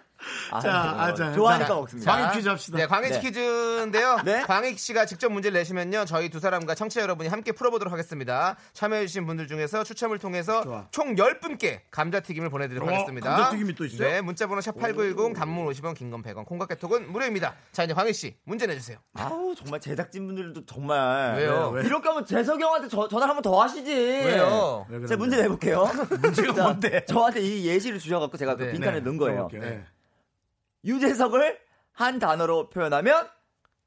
아, 자, 아, 자, 좋아하니까 자, 먹습니다. 방금 퀴즈 합시다. 네, 광희 네. 퀴즈인데요. 네? 광희 씨가 직접 문제를 내시면요. 저희 두 사람과 청취자 여러분이 함께 풀어보도록 하겠습니다. 참여해주신 분들 중에서 추첨을 통해서 좋아. 총 10분께 감자튀김을 보내드리도록 어, 하겠습니다. 감자튀김이 또 있어요? 네, 문자번호 샵8910 단문 50원, 긴 건 100원, 콩깍개톡은 무료입니다. 자, 이제 광희 씨 문제 내주세요. 아우, 정말 제작진분들도 정말. 왜요? 왜? 이렇게 하면 재석이 형한테 저, 전화를 한 번 더 하시지. 왜요? 네, 왜 네. 그러는데? 제가 문제 내볼게요. 문제가 자, 뭔데? 저한테 이 예시를 주셔갖고 제가 그 네, 빈칸에 네, 넣은 거예요. 들어볼게요. 예. 유재석을 한 단어로 표현하면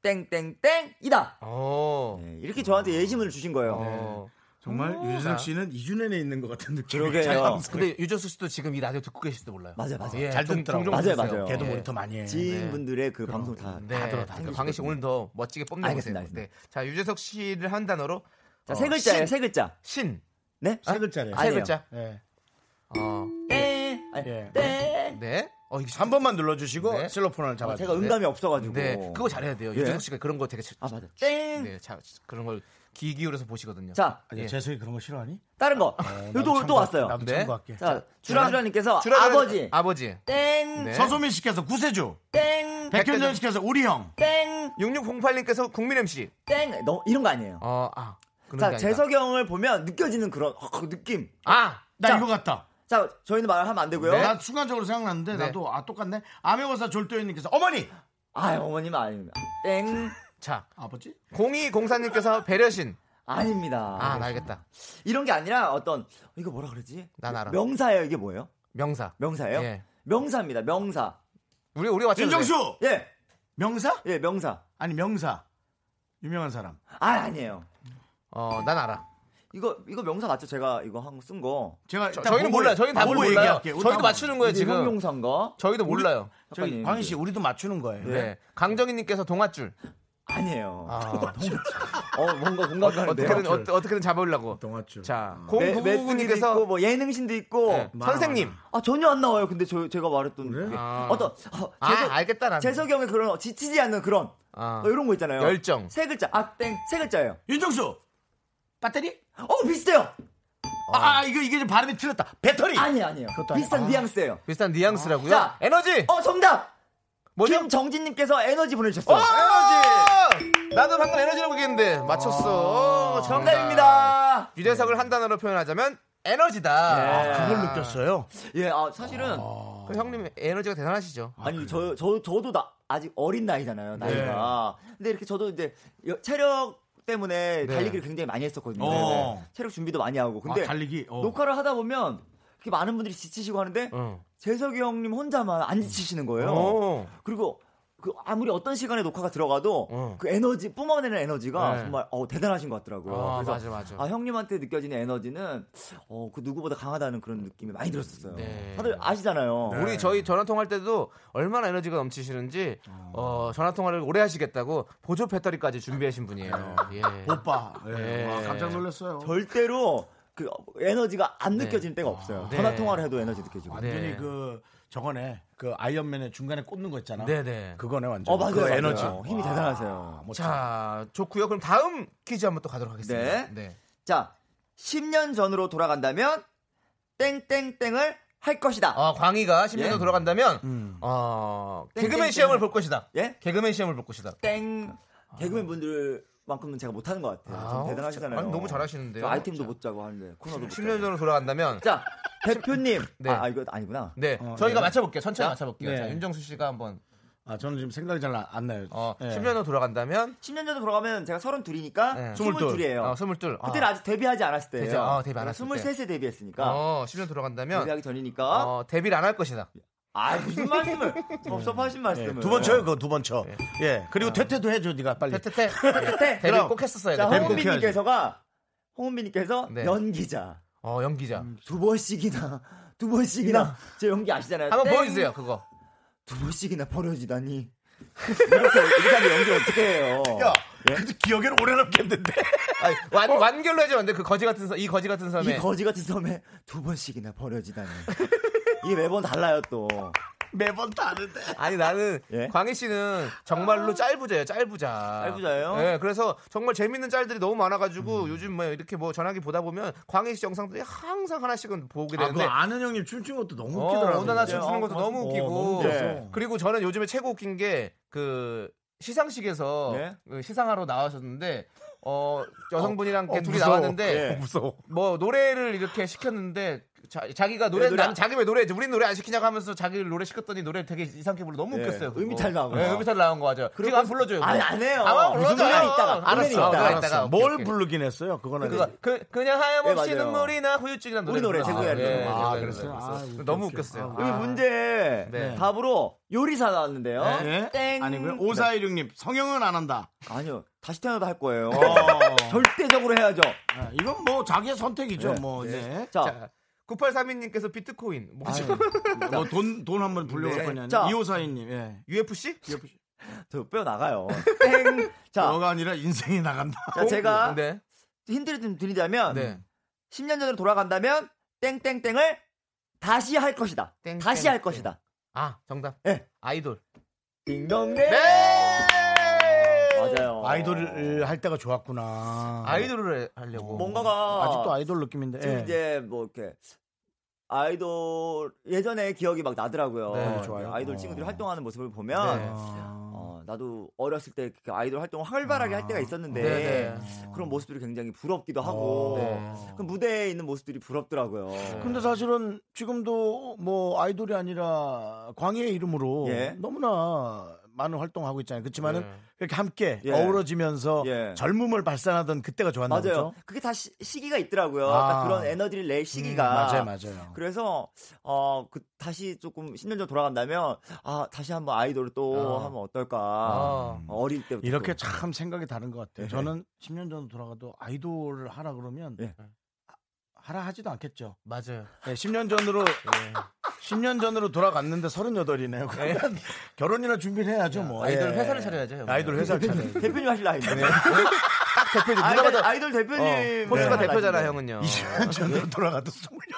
땡땡땡이다. 오. 네, 이렇게 저한테 예시문을 주신 거예요. 어. 정말 자. 유재석 씨는 이준현에 있는 것 같은 느낌. 그러게요. 근데 유정수 씨도 지금 이 라디오 듣고 계실지도 몰라요. 맞아요, 맞아요. 잘 듣더라고요. 맞아요, 예, 들으세요. 맞아요. 걔도 예. 모니터 많이 해. 지인분들의 그 방송 다. 네. 들어, 예, 다 그러니까 광희 씨 오늘 더 멋지게 뽐내보세요. 알겠습니다, 알겠습니다. 네. 자, 유재석 씨를 한 단어로 자, 어, 세 글자예요, 신. 세 글자. 신. 네? 세 글자래요. 아니에요. 세 글자. 예. 어. 땡. 네. 아니, 예. 땡. 네. 어, 이거 한 번만 눌러주시고 네. 실로폰을 잡아. 제가 음감이 없어가지고. 네, 그거 잘해야 돼요. 예? 유재석 씨가 그런 거 되게 잘- 아, 맞아. 땡. 네, 자, 그런 걸 귀 기울여서 보시거든요. 자, 아니 예. 재석이 그런 거 싫어하니? 다른 거. 나도 요도 오늘 또 참고- 왔어요. 나도 네. 참고할게. 자, 주라주라님께서 주라- 아버지. 아버지. 땡. 네. 서소민 씨께서 구세주, 땡. 백현정 씨께서 우리 형. 땡. 6608님께서 국민 MC. 땡. 너, 이런 거 아니에요. 어, 아. 그런 게 자, 아니다. 재석이 형을 보면 느껴지는 그런 어, 느낌. 아, 나 자. 이거 같다. 자, 저희는 말을 하면 안 되고요. 나 순간적으로 생각났는데 네. 나도 아 똑같네. 아메고사 졸도현님께서 어머니, 아, 어머님 아닙니다. 땡. 자. 아버지. 0204님께서 배려신. 아닙니다. 아, 나 알겠다. 이런 게 아니라 어떤 이거 뭐라 그러지? 난 알아. 명사예요. 이게 뭐예요? 명사. 명사예요? 예. 명사입니다. 명사. 우리 우리 맞춰. 윤정수 예. 명사? 예, 명사. 아니 명사 유명한 사람. 아, 아니에요. 어, 난 알아. 이거 이거 명사 맞죠? 제가 이거 한 쓴 거. 제가 일단 저희는 보고- 몰라요. 저희는 다 보고 몰라요. 얘기할게요. 우리 저희도 다- 맞추는 거예요, 이게 지금. 형용사인 거? 저희도 몰라요. 저희 작가님. 광희 씨 우리도 맞추는 거예요. 네. 강정희님께서 동아줄. 아니에요. 아, 어, 뭔가 공감 가는데요. 어떻게든, 어, 떻게든 잡으려고. 동아줄. 자, 매- 메뚜기도 0999님께서 네. 있고 뭐 예능신도 있고 선생님. 아 전혀 안 나와요. 근데 저 제가 말했던 그게. 아. 어떤 어, 아, 알겠다, 나는. 재석이 형의 그런 어, 지치지 않는 그런 아. 어, 이런 거 있잖아요. 열정. 세 글자. 아, 땡. 세 글자예요. 윤정수 배터리? 어, 비슷해요. 아, 아, 이거 이게 좀 발음이 틀렸다. 배터리. 아니 아니에요. 그것도 아니- 비슷한 아. 뉘앙스예요. 비슷한 뉘앙스라고요. 자. 에너지. 어, 정답. 뭐죠? 김정진님께서 에너지 보내주셨어요. 에너지. 나도 방금 에너지라고 얘기했는데 맞췄어. 오, 정답입니다. 유재석을 한 단어로 표현하자면 에너지다. 아, 그걸 느꼈어요. 예, 아, 사실은 그 형님 에너지가 대단하시죠. 아니 저, 저 저도 나 아직 어린 네. 나이잖아요 나이가. 근데 이렇게 저도 이제 여- 체력 때문에 네. 달리기를 굉장히 많이 했었거든요. 어. 체력 준비도 많이 하고. 근데 아, 달리기. 어. 녹화를 하다 보면 이렇게 많은 분들이 지치시고 하는데 어. 재석이 형님 혼자만 안 지치시는 거예요. 어. 그리고 그 아무리 어떤 시간에 녹화가 들어가도 어. 그 에너지 뿜어내는 에너지가 네. 정말 어, 대단하신 것 같더라고요. 아, 맞아, 맞아. 아, 형님한테 느껴지는 에너지는 어, 그 누구보다 강하다는 그런 느낌이 많이 들었었어요. 네. 다들 아시잖아요. 우리 저희 전화 통화할 때도 얼마나 에너지가 넘치시는지 어, 전화 통화를 오래 하시겠다고 보조 배터리까지 준비하신 분이에요. 아, 예. 네. 오빠. 예. 예. 와, 깜짝 놀랐어요. 절대로 그 에너지가 안 느껴지는 때가 없어요. 네. 전화 통화를 해도 에너지 느껴지고. 네. 완전히 그 저번에 그 아이언맨의 중간에 꽂는 거 있잖아. 네네. 그거네 완전. 어 맞아요. 그 맞아요. 에너지. 힘이 대단하세요. 자, 좋고요. 그럼 다음 퀴즈 한번 또 가도록 하겠습니다. 네. 네. 자, 10년 전으로 돌아간다면 땡땡땡을 할 것이다. 어, 광희가 10년 전 예. 돌아간다면 음. 어, 개그맨 시험을 볼 것이다. 예? 개그맨 시험을 볼 것이다. 땡 개그맨 분들만큼은 제가 못하는 것 같아요. 아우, 좀 대단하시잖아요. 아니, 너무 잘하시는데요. 저 아이템도 못 짜고 하는데 코너도 못 10년 짜고. 전으로 돌아간다면 자 대표님. 네. 아, 아, 이거 아니구나. 네, 예. 저희가 맞춰볼게요. 천천히 맞춰볼게요. 네. 자, 윤정수 씨가 한번 아 저는 지금 생각이 잘 안 나요. 어, 예. 10년 후로 돌아간다면 10년 전으로 돌아가면 제가 32니까 네. 22이에요. 어, 22. 아, 그때는 아. 직 데뷔하지 않았을 때예요. 그죠? 아, 데뷔 안 했을 때. 23세 데뷔했으니까 어, 10년 돌아간다면 데뷔하기 전이니까. 어, 음. 데뷔를 안 할 것이다. 아 무슨 말씀을 네, 섭섭하신 말씀을. 두 번 쳐요, 그거 두 번 쳐. 예. 아. 그리고 퇴퇴도 해줘, 네가 빨리. 테테테. 네. 데뷔 그럼. 꼭 했었어야 돼. 자 데뷔 꼭 데뷔. 해야지. 홍은빈님께서가 홍은빈님께서 네. 연기자 음. 어, 연기자. 두 번씩이나 두 번씩이나 저 연기 아시잖아요. 한번 땡. 보여주세요 그거. 두 번씩이나 버려지다니. 이렇게 이렇게 하면 연기 어떻게 해요? 예? 야, 그래도 기억에는 오래 남겠는데. 완 완결로 해주면 안 돼. 그 거지 같은 섬- 이 거지 같은 섬에. 이 거지 같은 섬에 두 번씩이나 버려지다니. 이게 매번 달라요 또. 매번 다른데. 아니 나는 광희 씨는 정말로 짤부자예요, 짤부자. 짤부자예요? 예, 그래서 정말 재밌는 짤들이 너무 많아가지고 요즘 뭐 이렇게 뭐 전화기 보다 보면 광희 씨 영상들이 항상 하나씩은 보게 아, 그 되는데. 아는 형님 춤추는 것도 너무 어, 웃기더라고요. 오나나 춤추는 것도 어, 너무 어, 웃기고. 너무 웃겼어. 예. 그리고 저는 요즘에 최고 웃긴 게 그 시상식에서 네? 그 시상하러 나와셨는데 어 여성분이랑 어, 이렇게 둘이 무서워. 나왔는데 예. 어, 무서워. 뭐 노래를 이렇게 시켰는데 자, 자기가 노래 네, 노래 난 안- 자기 왜 노래 우리 노래 안 시키냐고 하면서 자기 노래 시켰더니 노래 되게 이상하게 불러 너무 예. 웃겼어요. 그거. 음이탈 나온 거. 예, 음이탈 나온 거 맞아요. 지금 안 불러줘요. 아니, 그거. 안 해요. 아마 무슨 불러줘요. 노래 있다가, 알았어. 노래는 있다가. 노래 있다가. 아, 오케이, 뭘 오케이. 부르긴 했어요? 그거는 그거 그 그냥 하염없이 네, 맞아요. 눈물이나 후유증이나 노래 우리 노래 불러. 제국의 아리랑. 아, 네, 그랬어요? 네, 아, 그랬어요. 웃겨, 너무 웃겨. 웃겼어요. 여기 아, 문제 아. 네. 답으로 요리사 나왔는데요. 예? 땡. 네. 아니고요. 오사일육님 성형은 안 한다. 아니요. 다시 태어나도 할 거예요. 어. 절대적으로 해야죠. 아, 이건 뭐 자기의 선택이죠. 네. 뭐 네. 자, 9832님께서 비트코인 뭐죠? 뭐돈돈 한번 불려올 네. 거냐. 자. 이호사인님. 예. UFC? 저뼈 나가요. 땡. 자, 너가 아니라 인생이 나간다. 자, 제가 네. 힌트를 좀 드리자면 네. 10년 전으로 돌아간다면 땡땡땡을 다시 할 것이다. 땡, 다시 땡, 할 것이다. 아 정답. 예. 아이돌. 딩동댕. 네. 맞아요. 아이돌을 할 때가 좋았구나. 어. 네. 아이돌을 하려고. 뭔가가 아직도 아이돌 느낌인데. 지금 예. 이제 뭐 이렇게 아이돌 예전에 기억이 막 나더라고요. 네, 좋아요. 아이돌 어. 친구들이 활동하는 모습을 보면 네. 아. 어, 나도 어렸을 때 이렇게 아이돌 활동을 활발하게 할 때가 있었는데 네, 그런 모습들이 굉장히 부럽기도 어, 하고 네. 그 무대에 있는 모습들이 부럽더라고요. 네. 근데 사실은 지금도 뭐 아이돌이 아니라 광희의 이름으로 예. 너무나 많은 활동하고 있잖아요. 그렇지만은 네. 이렇게 함께 예. 어우러지면서 예. 젊음을 발산하던 그때가 좋았나 맞아요. 보죠. 그게 다 시, 기가 있더라고요. 아. 약간 그런 에너지를 낼 시기가. 그렇죠. 맞아요, 맞아요. 그래서 어, 그 다시 조금 10년 전 돌아간다면 아 다시 한번 아이돌을 또 아. 하면 어떨까. 아. 어릴 때부터 이렇게 또. 참 생각이 다른 것 같아요. 예. 저는 10년 전으로 돌아가도 아이돌을 하라 그러면 예. 하- 하라 하지도 않겠죠. 맞아요. 네, 예. 10년 전으로 10년 전으로 돌아갔는데 38이네요. 그러면 결혼이나 준비를 해야죠, 뭐. 아이돌 예. 회사를 차려야죠. 형님. 아이돌 회사를 차려야죠. 대표님 하실 나이 네. 딱 대표죠. 누가 아이돌, 봐도 아이돌 대표님 어, 포스가 네. 대표잖아 형은요. 20년 전으로 돌아가도 28이네.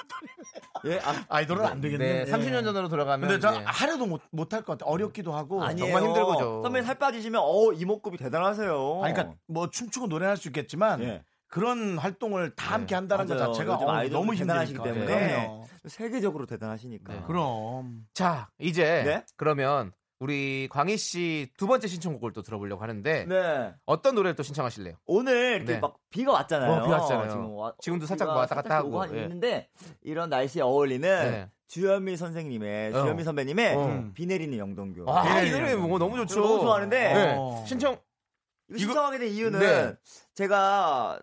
예, 아, 네. 아이돌은 안 되겠네. 네, 30년 전으로 돌아가면. 근데 저 네. 하려도 못, 못할 것 같아. 어렵기도 하고. 아니에요. 정말 힘들고죠. 선배님 살 빠지시면 어 이목구비 대단하세요. 아니, 그러니까 뭐 춤추고 노래할 수 있겠지만 어. 예. 그런 활동을 다 함께 한다는 것 맞아요. 자체가 요즘 어, 아이돌 너무 대단하시기 힘들기 때문에. 때문에. 그럼요. 네. 세계적으로 대단하시니까. 네. 그럼. 자 이제 네? 그러면 우리 광희 씨 두 번째 신청곡을 또 들어보려고 하는데 네. 어떤 노래를 또 신청하실래요? 오늘 이렇게 네. 막 비가 왔잖아요. 어, 비 왔잖아요. 지금 와- 어, 지금도 비가 살짝 왔다 갔다 살짝 오고 하고, 한- 예. 있는데 이런 날씨에 어울리는 네. 주현미 선생님의 주현미 어. 선배님의 음. 어. 비 내리는 영동교. 아, 네. 이 노래 뭐 너무 좋죠. 저도 너무 좋아하는데 네. 어. 신청 이거 신청하게 된 이유는 네. 제가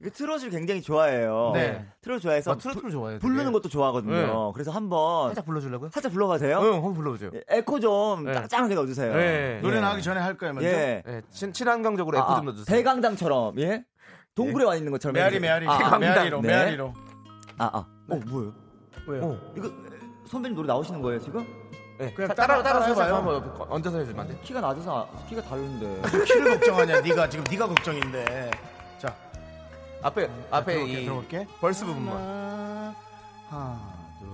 이거 트롯을 굉장히 좋아해요. 네. 트롯 좋아해서 아, 트로트를 좋아해요. 되게. 어. 부르는 것도 좋아하거든요. 네. 그래서 한번 살짝 불러주려고요. 살짝 불러가세요. 응, 한번 불러보세요. 예, 에코 좀 네. 짱짱하게 넣어주세요. 네. 노래 나가기 전에 할 거예요, 먼저. 예. 네, 친, 친환경적으로 에코 아, 좀 넣어주세요. 대강당처럼 예. 동굴에 와 있는 것처럼. 메아리, 해주세요. 메아리. 아, 아, 메아리로, 네. 메아리로. 아, 아. 어, 뭐예요? 왜요? 이거 선배님 노래 나오시는 거예요 지금? 네. 그냥 자, 따라 따라 따라 해봐요. 해봐요. 한번 얹어서 해주면 안 돼? 키가 낮아서 아- 키가 다른데. 키를 걱정하냐? 네가 지금 네가 걱정인데. 자, 앞에 앞에 들어볼게, 이 들어볼게. 벌스 부분만. 하나, 하나, 둘.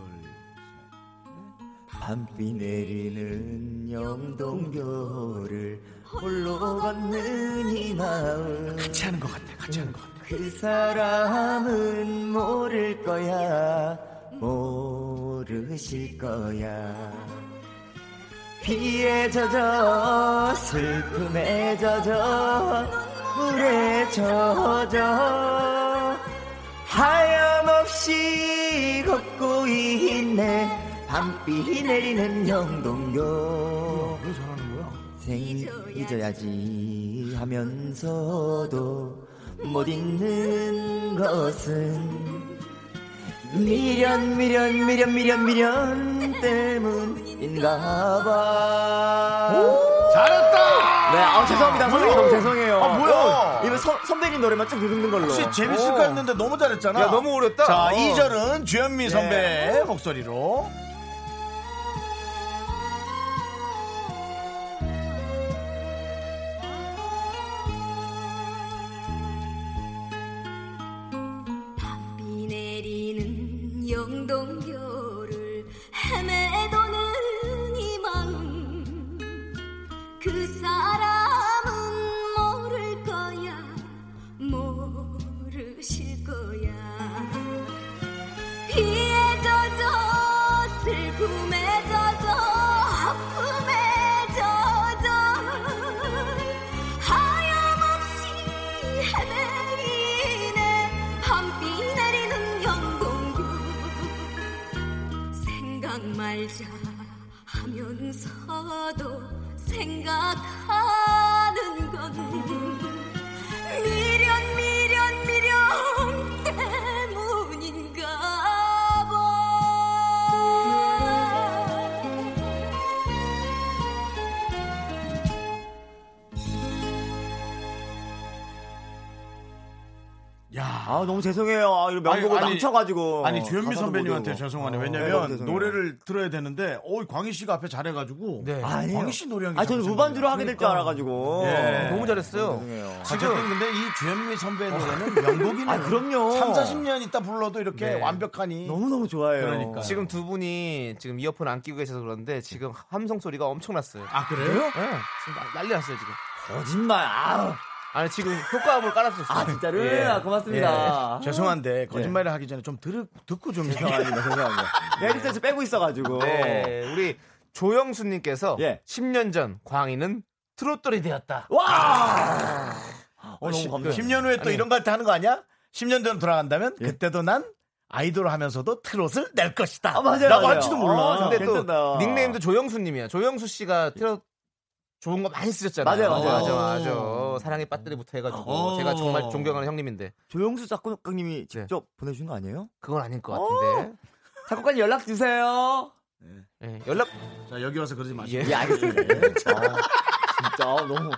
밤비 내리는 영동교를 홀로 걷는 이 마음 같이 하는 것 같아. 같이 하는 것 같아. 그 사람은 모를 거야 모르실 거야 비에 젖어 슬픔에 젖어 물에 젖어 하염없이 걷고 있네 밤비 내리는 영동교 왜 잘하는 거야? 생 잊어야지 하면서도 못 잊는 것은 미련 미련 미련 미련 미련 때문인가 봐 잘했다. 네, 아 죄송합니다. 선배님 너무 죄송해요. 아, 뭐야? 어, 이거 선- 선배님 노래만 쭉 듣는 걸로. 혹시 재밌을까 했는데 너무 예. 잘했잖아. 야, 너무 어렵다. 자, 어. 2절은 주현미 선배의 목소리로. 비 내리는 영동교를 헤매도는 이 마음 그 사람은 모를 거야 모르실 거야 비에 젖어 슬픔에 젖어 아픔에 젖어 하염없이 헤매이네 밤비 내리는 영동교 생각 말자 하면서도 생각하는 건 미련 미련 미련 때문인가 봐 야, 아 너무 죄송해요. 아, 이거 아니, 명곡을 아니, 망쳐가지고. 아니 주현미 가사도 선배님한테 못 외우고. 죄송하네요. 어, 왜냐면 어, 죄송해요. 노래를 들어야 되는데, 어 광희 씨가 앞에 잘해가지고. 아니에요. 광희 씨 노래한 게. 아, 저는 잘생겼네요. 무반주로 하게 될 줄 그러니까. 알아가지고. 예. 너무 어, 잘했어요. 지금 어. 지금- 근데 아, 이 주현미 선배의 노래는 명곡이네요. 아, 그럼요. 3, 40년 있다 불러도 이렇게 네. 완벽하니. 너무너무 좋아해요. 그러니까. 지금 두 분이 지금 이어폰 안 끼고 계셔서 그런데 지금 함성 소리가 엄청났어요. 아, 그래요? 예. 지금 나- 난리 났어요, 지금. 거짓말. 아. 아니, 지금 효과음을 깔았었어요. 예. 아, 진짜로요? 예. 아, 고맙습니다. 아. 죄송한데 거짓말을 하기 전에 좀 들, 듣고 좀 죄송합니다. 죄송합니다. 예. 네, 메리트에서 빼고 있어가지고. 네, 우리 조영수님께서 예. 10년 전 광희는 트롯돌이 되었다. 와! 어, 너무 감사해요. 10년 후에 또 아니. 이런 거 할 때 하는 거 아니야? 10년 전 돌아간다면 그때도 난 아이돌 하면서도 트롯을 낼 것이다. 아, 맞아요, 라고 맞아요. 할지도 몰라. 어, 근데 또 괜찮다. 닉네임도 조영수님이야. 조영수 씨가 트롯 좋은 거 많이 쓰셨잖아요. 맞아요, 맞아요. 맞아, 맞아. 사랑의 배터리부터 해가지고 어. 제가 정말 존경하는 형님인데 조영수 네. 작곡가님이 직접 보내준 거 아니에요? 그건 아닐 것 같은데. 작곡가님 연락 주세요. 예, 연락 자, 여기 와서 그러지 마시고. 예. 예, 알겠습니다. 예. 아, 진짜 너무.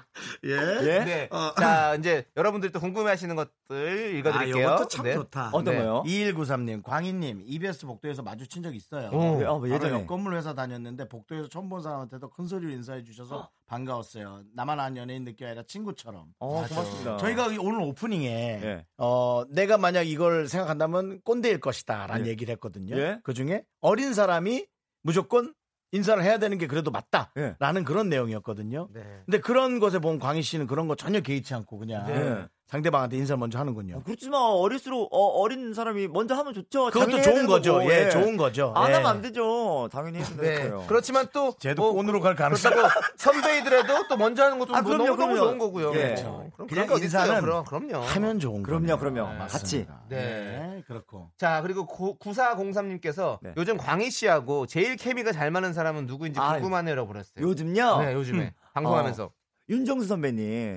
예. 예? 네. 어. 자, 이제 여러분들이 또 궁금해하시는 것들 읽어드릴게요. 아, 이것도 참 네. 좋다. 어떤 네. 거요? 2193님, 광희님, EBS 복도에서 마주친 적 있어요. 오. 어, 뭐 바로 예전에. 옆 건물 회사 다녔는데 복도에서 처음 본 사람한테도 큰 소리로 인사해 주셔서 반가웠어요. 나만 아는 연예인 느낌 아니라 친구처럼. 어, 고맙습니다. 저희가 이- 오늘 오프닝에 예. 어, 내가 만약 이걸 생각한다면 꼰대일 것이다라는 예. 얘기를 했거든요. 예. 그 중에 어린 사람이 무조건 인사를 해야 되는 게 그래도 예. 맞다라는 그런 내용이었거든요. 네. 근데 그런 것에 본 광희 씨는 그런 거 전혀 개의치 않고 그냥 네. 상대방한테 인사 먼저 하는군요. 어, 그렇지만 어릴수록 어, 린 사람이 먼저 하면 좋죠. 그것도 당연히 해야 좋은 되는 거죠. 거고, 예, 좋은 거죠. 안 예. 하면 안 되죠. 당연히 해야 될 네. 거예요. 그렇지만 또 쟤도 뭐 꼰으로 갈 가능성. 그렇다고 선배이더라도 또 먼저 하는 것도 아, 뭐 그럼요, 너무너무 그럼요. 좋은 거고요. 예. 그렇죠. 그럼 그냥 그런 게 어디 있어요? 인사는 그럼, 그럼요. 하면 좋은 그럼요, 거예요. 그럼요. 네, 같이. 맞습니다. 네. 네, 그렇고. 자, 그리고 고, 9403님께서 네. 요즘 광희 씨하고 제일 케미가 잘 맞는 사람은 누구인지 아유. 궁금하네요라고 그랬어요. 요즘요. 네, 음. 요즘에 방송하면서. 어. 윤정수 선배님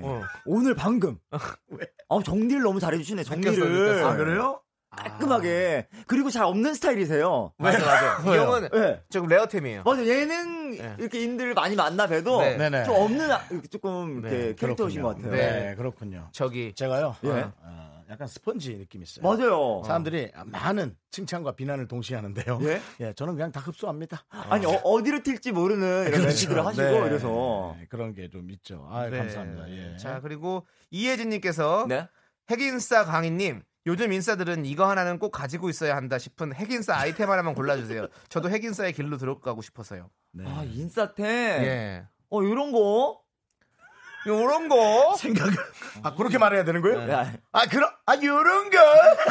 네. 어. 오늘 방금 아, 정리를 너무 잘해주시네. 정리를 느꼈어요, 느꼈어요. 아, 그래요? 깔끔하게 그리고 잘 없는 스타일이세요. 맞아, 맞아. 이 왜요? 형은 네. 조금 레어템이에요. 맞아 예능 네. 이렇게 인들 많이 만나 봬도 네. 네네. 좀 없는 아- 이렇게 조금 이렇게 네, 캐릭터신 것 같아요. 네. 네. 그렇군요. 저기 제가요. 예. 어, 어, 약간 스펀지 느낌 있어요. 맞아요. 사람들이 많은 칭찬과 비난을 동시에 하는데요. 예? 저는 그냥 다 흡수합니다. 아니 어, 디로 튈지 모르는 이런 그렇죠. 멘트들을 하시고 네. 이래서 네, 그런 게 좀 있죠. 아, 네. 감사합니다. 예. 자, 그리고 이혜진님께서 네. 핵인싸 강희님 요즘 인싸들은 이거 하나는 꼭 가지고 있어야 한다 싶은 핵인싸 아이템 하나만 골라주세요. 저도 핵인싸의 길로 들어가고 싶어서요. 네. 아 인싸템 예. 어 이런 거 요런 거. 생각을 아 그렇게 말해야 되는 거예요? 야, 아 그럼 아 이런 거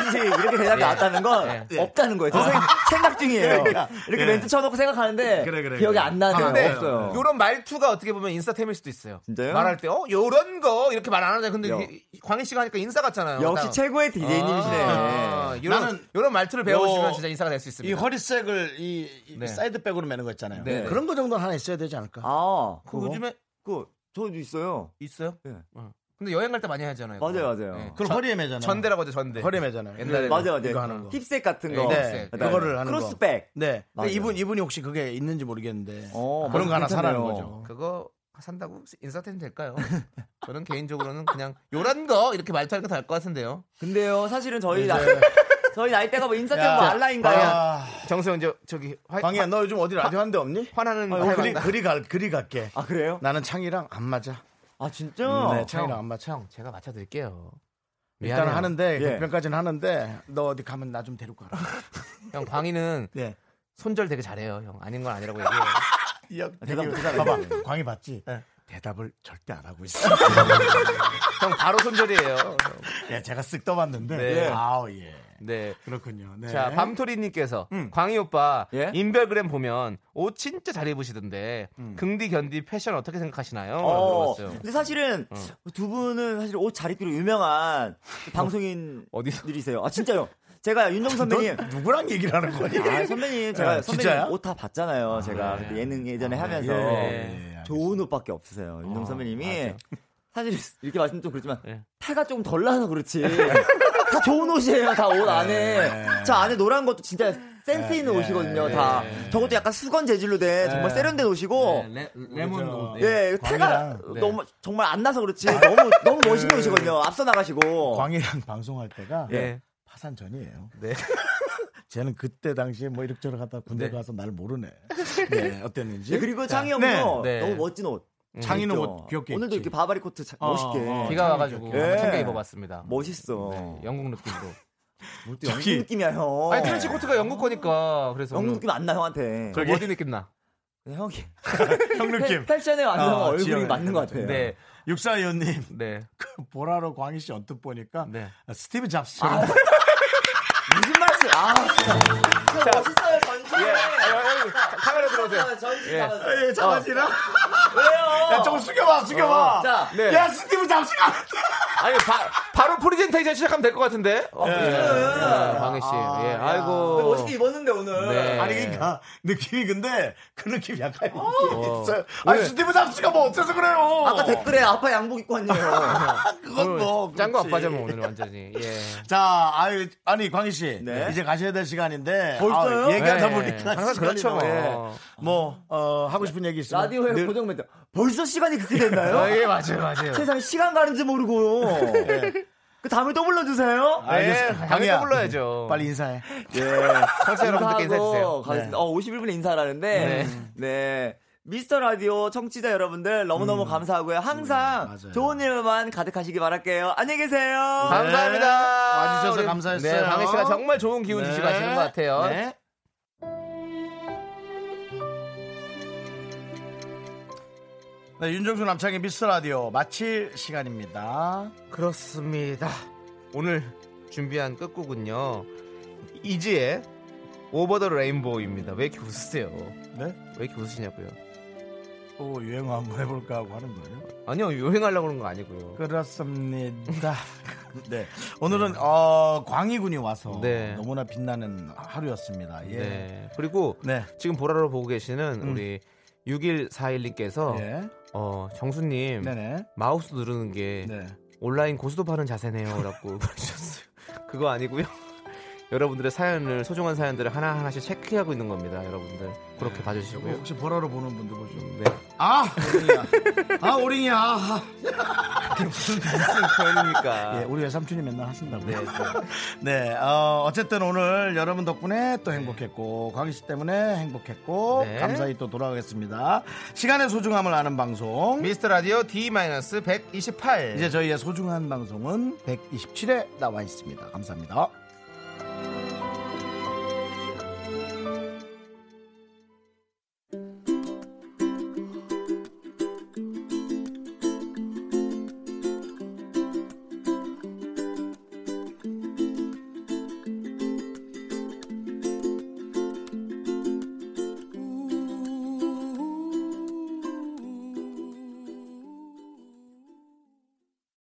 이제 이렇게 대답이 나왔다는 건 예. 없다는 거예요. 저 생- 생각 중이에요. 그러니까 이렇게 아. 예. 멘트 쳐놓고 생각하는데 그래, 아, 그래, 기억이 그래. 안 나네요. 아, 근데 없어요. 요런 말투가 어떻게 보면 인싸템일 수도 있어요. 아, 진짜요? 말할 때, 어, 요런 거 이렇게 말 안 하잖아요. 근데 요. 이게 광희 씨가 하니까 인싸 같잖아요. 역시 딱. 최고의 DJ님이시네. 아, 요런, 나는 요런 말투를 배워보시면 요- 진짜 인싸가 될 수 이 있습니다. 허리색을 이, 이 네. 사이드백으로 매는 거 있잖아요. 네. 그런 거 정도는 하나 있어야 되지 않을까? 아, 그 요즘에 그 저도 있어요. 있어요? 예. 어. 근데 여행 갈 때 많이 하잖아요. 맞아요, 그거. 맞아요. 예. 그걸 허리에 매잖아요. 전대라고 하죠, 전대. 허리에 매잖아요. 옛날에 맞아요, 네. 이거 맞아요. 하는 거. 힙색 같은 거. 네, 네, 네. 그거를 하는 거. 크로스백. 네. 근데 맞아요. 이분 이분이 혹시 그게 있는지 모르겠는데 어, 그런 거 하나 괜찮네요. 사라는 거죠. 그거 산다고 인사템 될까요? 저는 개인적으로는 그냥 요란 거 이렇게 말투하니까 다알것 같은데요. 근데요, 사실은 저희 나 이제- 저희 나이대가 뭐 인사템 뭐 알라인가요? 정수영 저 저기 화, 광희야 아, 너 요즘 어디 라디오 한대 없니? 화나는 아, 화해 그리 만나. 그리 갈 그리 갈게. 아 그래요? 나는 창이랑 안 맞아. 아 진짜? 음, 네, 창이랑 안 맞아. 형 제가 맞춰드릴게요. 일단 미안해요. 하는데 예. 개편까지는 하는데 너 어디 가면 나 좀 데리고 가라. 형 광희는 예. 손절 되게 잘해요. 형 아닌 건 아니라고 얘기해요. 야, 대답 되게- 못하네. 아, 봐봐. 광희 봤지? 대답을 절대 안 하고 있어. 형 바로 손절이에요. 예, 제가 쓱 떠봤는데. 네. 아우 예. 네. 음. 그렇군요. 네. 자, 밤토리님께서 광희 오빠 예? 인별그램 보면 옷 진짜 잘 입으시던데 긍디 견디 패션 어떻게 생각하시나요? 라고 음. 물어봤어요. 어. 근데 사실은 두 분은 사실 옷 잘 입기로 유명한 방송인 어디서? 아, 분들이세요. 아 진짜요? 제가 윤정 선배님 넌 누구랑 얘기를 하는 거냐? 아, 선배님 제가 예, 진짜야? 선배님 옷 다 봤잖아요. 제가 그때 예능 어, 예전에 하면서 네. 예. 어, 좋은 옷밖에 없으세요. 윤동 선배님이 사실 이렇게 말씀 좀 그렇지만 예. 태가 조금 덜 나서 그렇지. 다 좋은 옷이에요. 다 옷 예. 안에 저 안에 노란 것도 진짜 센스 있는 옷이거든요. 다 예. 저것도 약간 수건 재질로 된 정말 세련된 옷이고 레, 레몬 그죠. 옷. 네. 예, 태가 광희랑, 네. 너무 정말 안 나서 그렇지 너무 너무 멋있는 옷이거든요. 앞서 나가시고 광희랑 방송할 때가 예. 파산 전이에요. 어. 네. 쟤는 그때 당시에 뭐 이렇게저렇게 하다 군대 네. 가서 날 모르네. 네, 어땠는지. 음. 예, 그리고 창이 형도 네, 네. 너무 멋진 옷. 장인은 있죠. 옷 귀엽게 오늘도 입지. 이렇게 바바리 코트 자- 멋있게 비가 와가지고 예. 한번 챙겨 입어봤습니다. 멋있어. 네, 영국 느낌으로. 또 영국 느낌이야 형. 아니 트렌치 코트가 어. 영국 거니까 그래서 영국 오늘 느낌 안 나 형한테. 네, 저 어디 느낌 나? 형이 형 느낌. 패션에 완전 아, 얼굴이 지형이 맞는 것 같아요. 네, 육사 의원님 네. 그 보라로 광희 씨 언뜻 보니까 아, 네. 스티브 잡스처럼 무슨 말씀? 아 진짜 진짜 멋있어요 전체. 카메라 들어오세요. 전체 예. 나가서. 네, 잡아지나? 왜요? 야, 조금 숙여봐, 숙여봐. 어, 자, 네. 야, 스티브 잡스가. 아니 바, 바로 프리젠테이션 시작하면 될 것 같은데. 어, 예. 예, 광희 씨, 예, 아이고. 네, 멋있게 입었는데 오늘. 네. 아니, 그니까, 느낌이 근데, 그 느낌 약간 있긴 어. 있어요. 아니, 왜? 스티브 잡스가 뭐 어때서 그래요? 아까 댓글에 아빠 양복 입고 왔네요. 그건 뭐. 짠거 그렇지. 아빠잖아 오늘 완전히. 예. 자, 아유, 아니, 광희 씨. 네. 이제 가셔야 될 시간인데. 벌써요? 아유, 얘기하다 네. 보니까. 항상 시간이 그렇죠. 너무, 예. 뭐, 어, 하고 싶은 얘기 있으면. 라디오에 늘- 고정 멘트. 벌써 시간이 그렇게 됐나요? 아, 예, 맞아요, 맞아요. 세상에 시간 가는지 모르고. 예. 그 다음에 또 불러주세요. 아, 아, 알겠습니다. 당연히 광희야, 네, 불러야죠. 빨리 인사해. 예. 예, 청취자 여러분들께 인사해주세요. 네. 가겠습니다. 어, 51분에 인사하라는데. 네. 미스터 라디오 청취자 여러분들 너무너무 음. 감사하고요. 항상 맞아요. 좋은 일만 가득하시기 바랄게요. 안녕히 계세요. 감사합니다. 와주셔서 우리- 감사했어요. 네, 강희 씨가 정말 좋은 기운 네. 주시고 하시는 것 같아요. 네. 네, 윤정수 남창의 미스터 라디오 마칠 시간입니다. 그렇습니다. 오늘 준비한 끝곡은요. 이지의 오버 더 레인보우입니다. 왜 이렇게 웃으세요? 네? 왜 이렇게 웃으시냐고요? 또 유행어 한번 해볼까 하고 하는 거예요. 아니요, 유행하려고 그런 거 아니고요. 그렇습니다. 네. 오늘은, 어, 광희군이 와서 네. 너무나 빛나는 하루였습니다. 예. 네. 네. 그리고 네. 지금 보라로 보고 계시는 우리 6141님께서 예. 어, 정수님 네네. 마우스 누르는 게 네. 온라인 고수도 파는 자세네요라고 보내주셨어요. 그거 아니고요. 여러분들의 사연을 소중한 사연들을 하나 하나씩 체크하고 있는 겁니다. 여러분들 그렇게 이거 봐주시고요. 혹시 보라로 보는 분들 보죠. 네. 아! 오링이야. 아, 오링이야. 아. 무슨 표현입니까? 예, 우리 외삼촌이 맨날 하신다고요. 네, 어, 쨌든 오늘 여러분 덕분에 또 행복했고 광희 씨 때문에 행복했고 네. 감사히 또 돌아가겠습니다. 시간의 소중함을 아는 방송. 미스터 라디오 D-128. 이제 저희의 소중한 방송은 127에 나와 있습니다. 감사합니다. 음.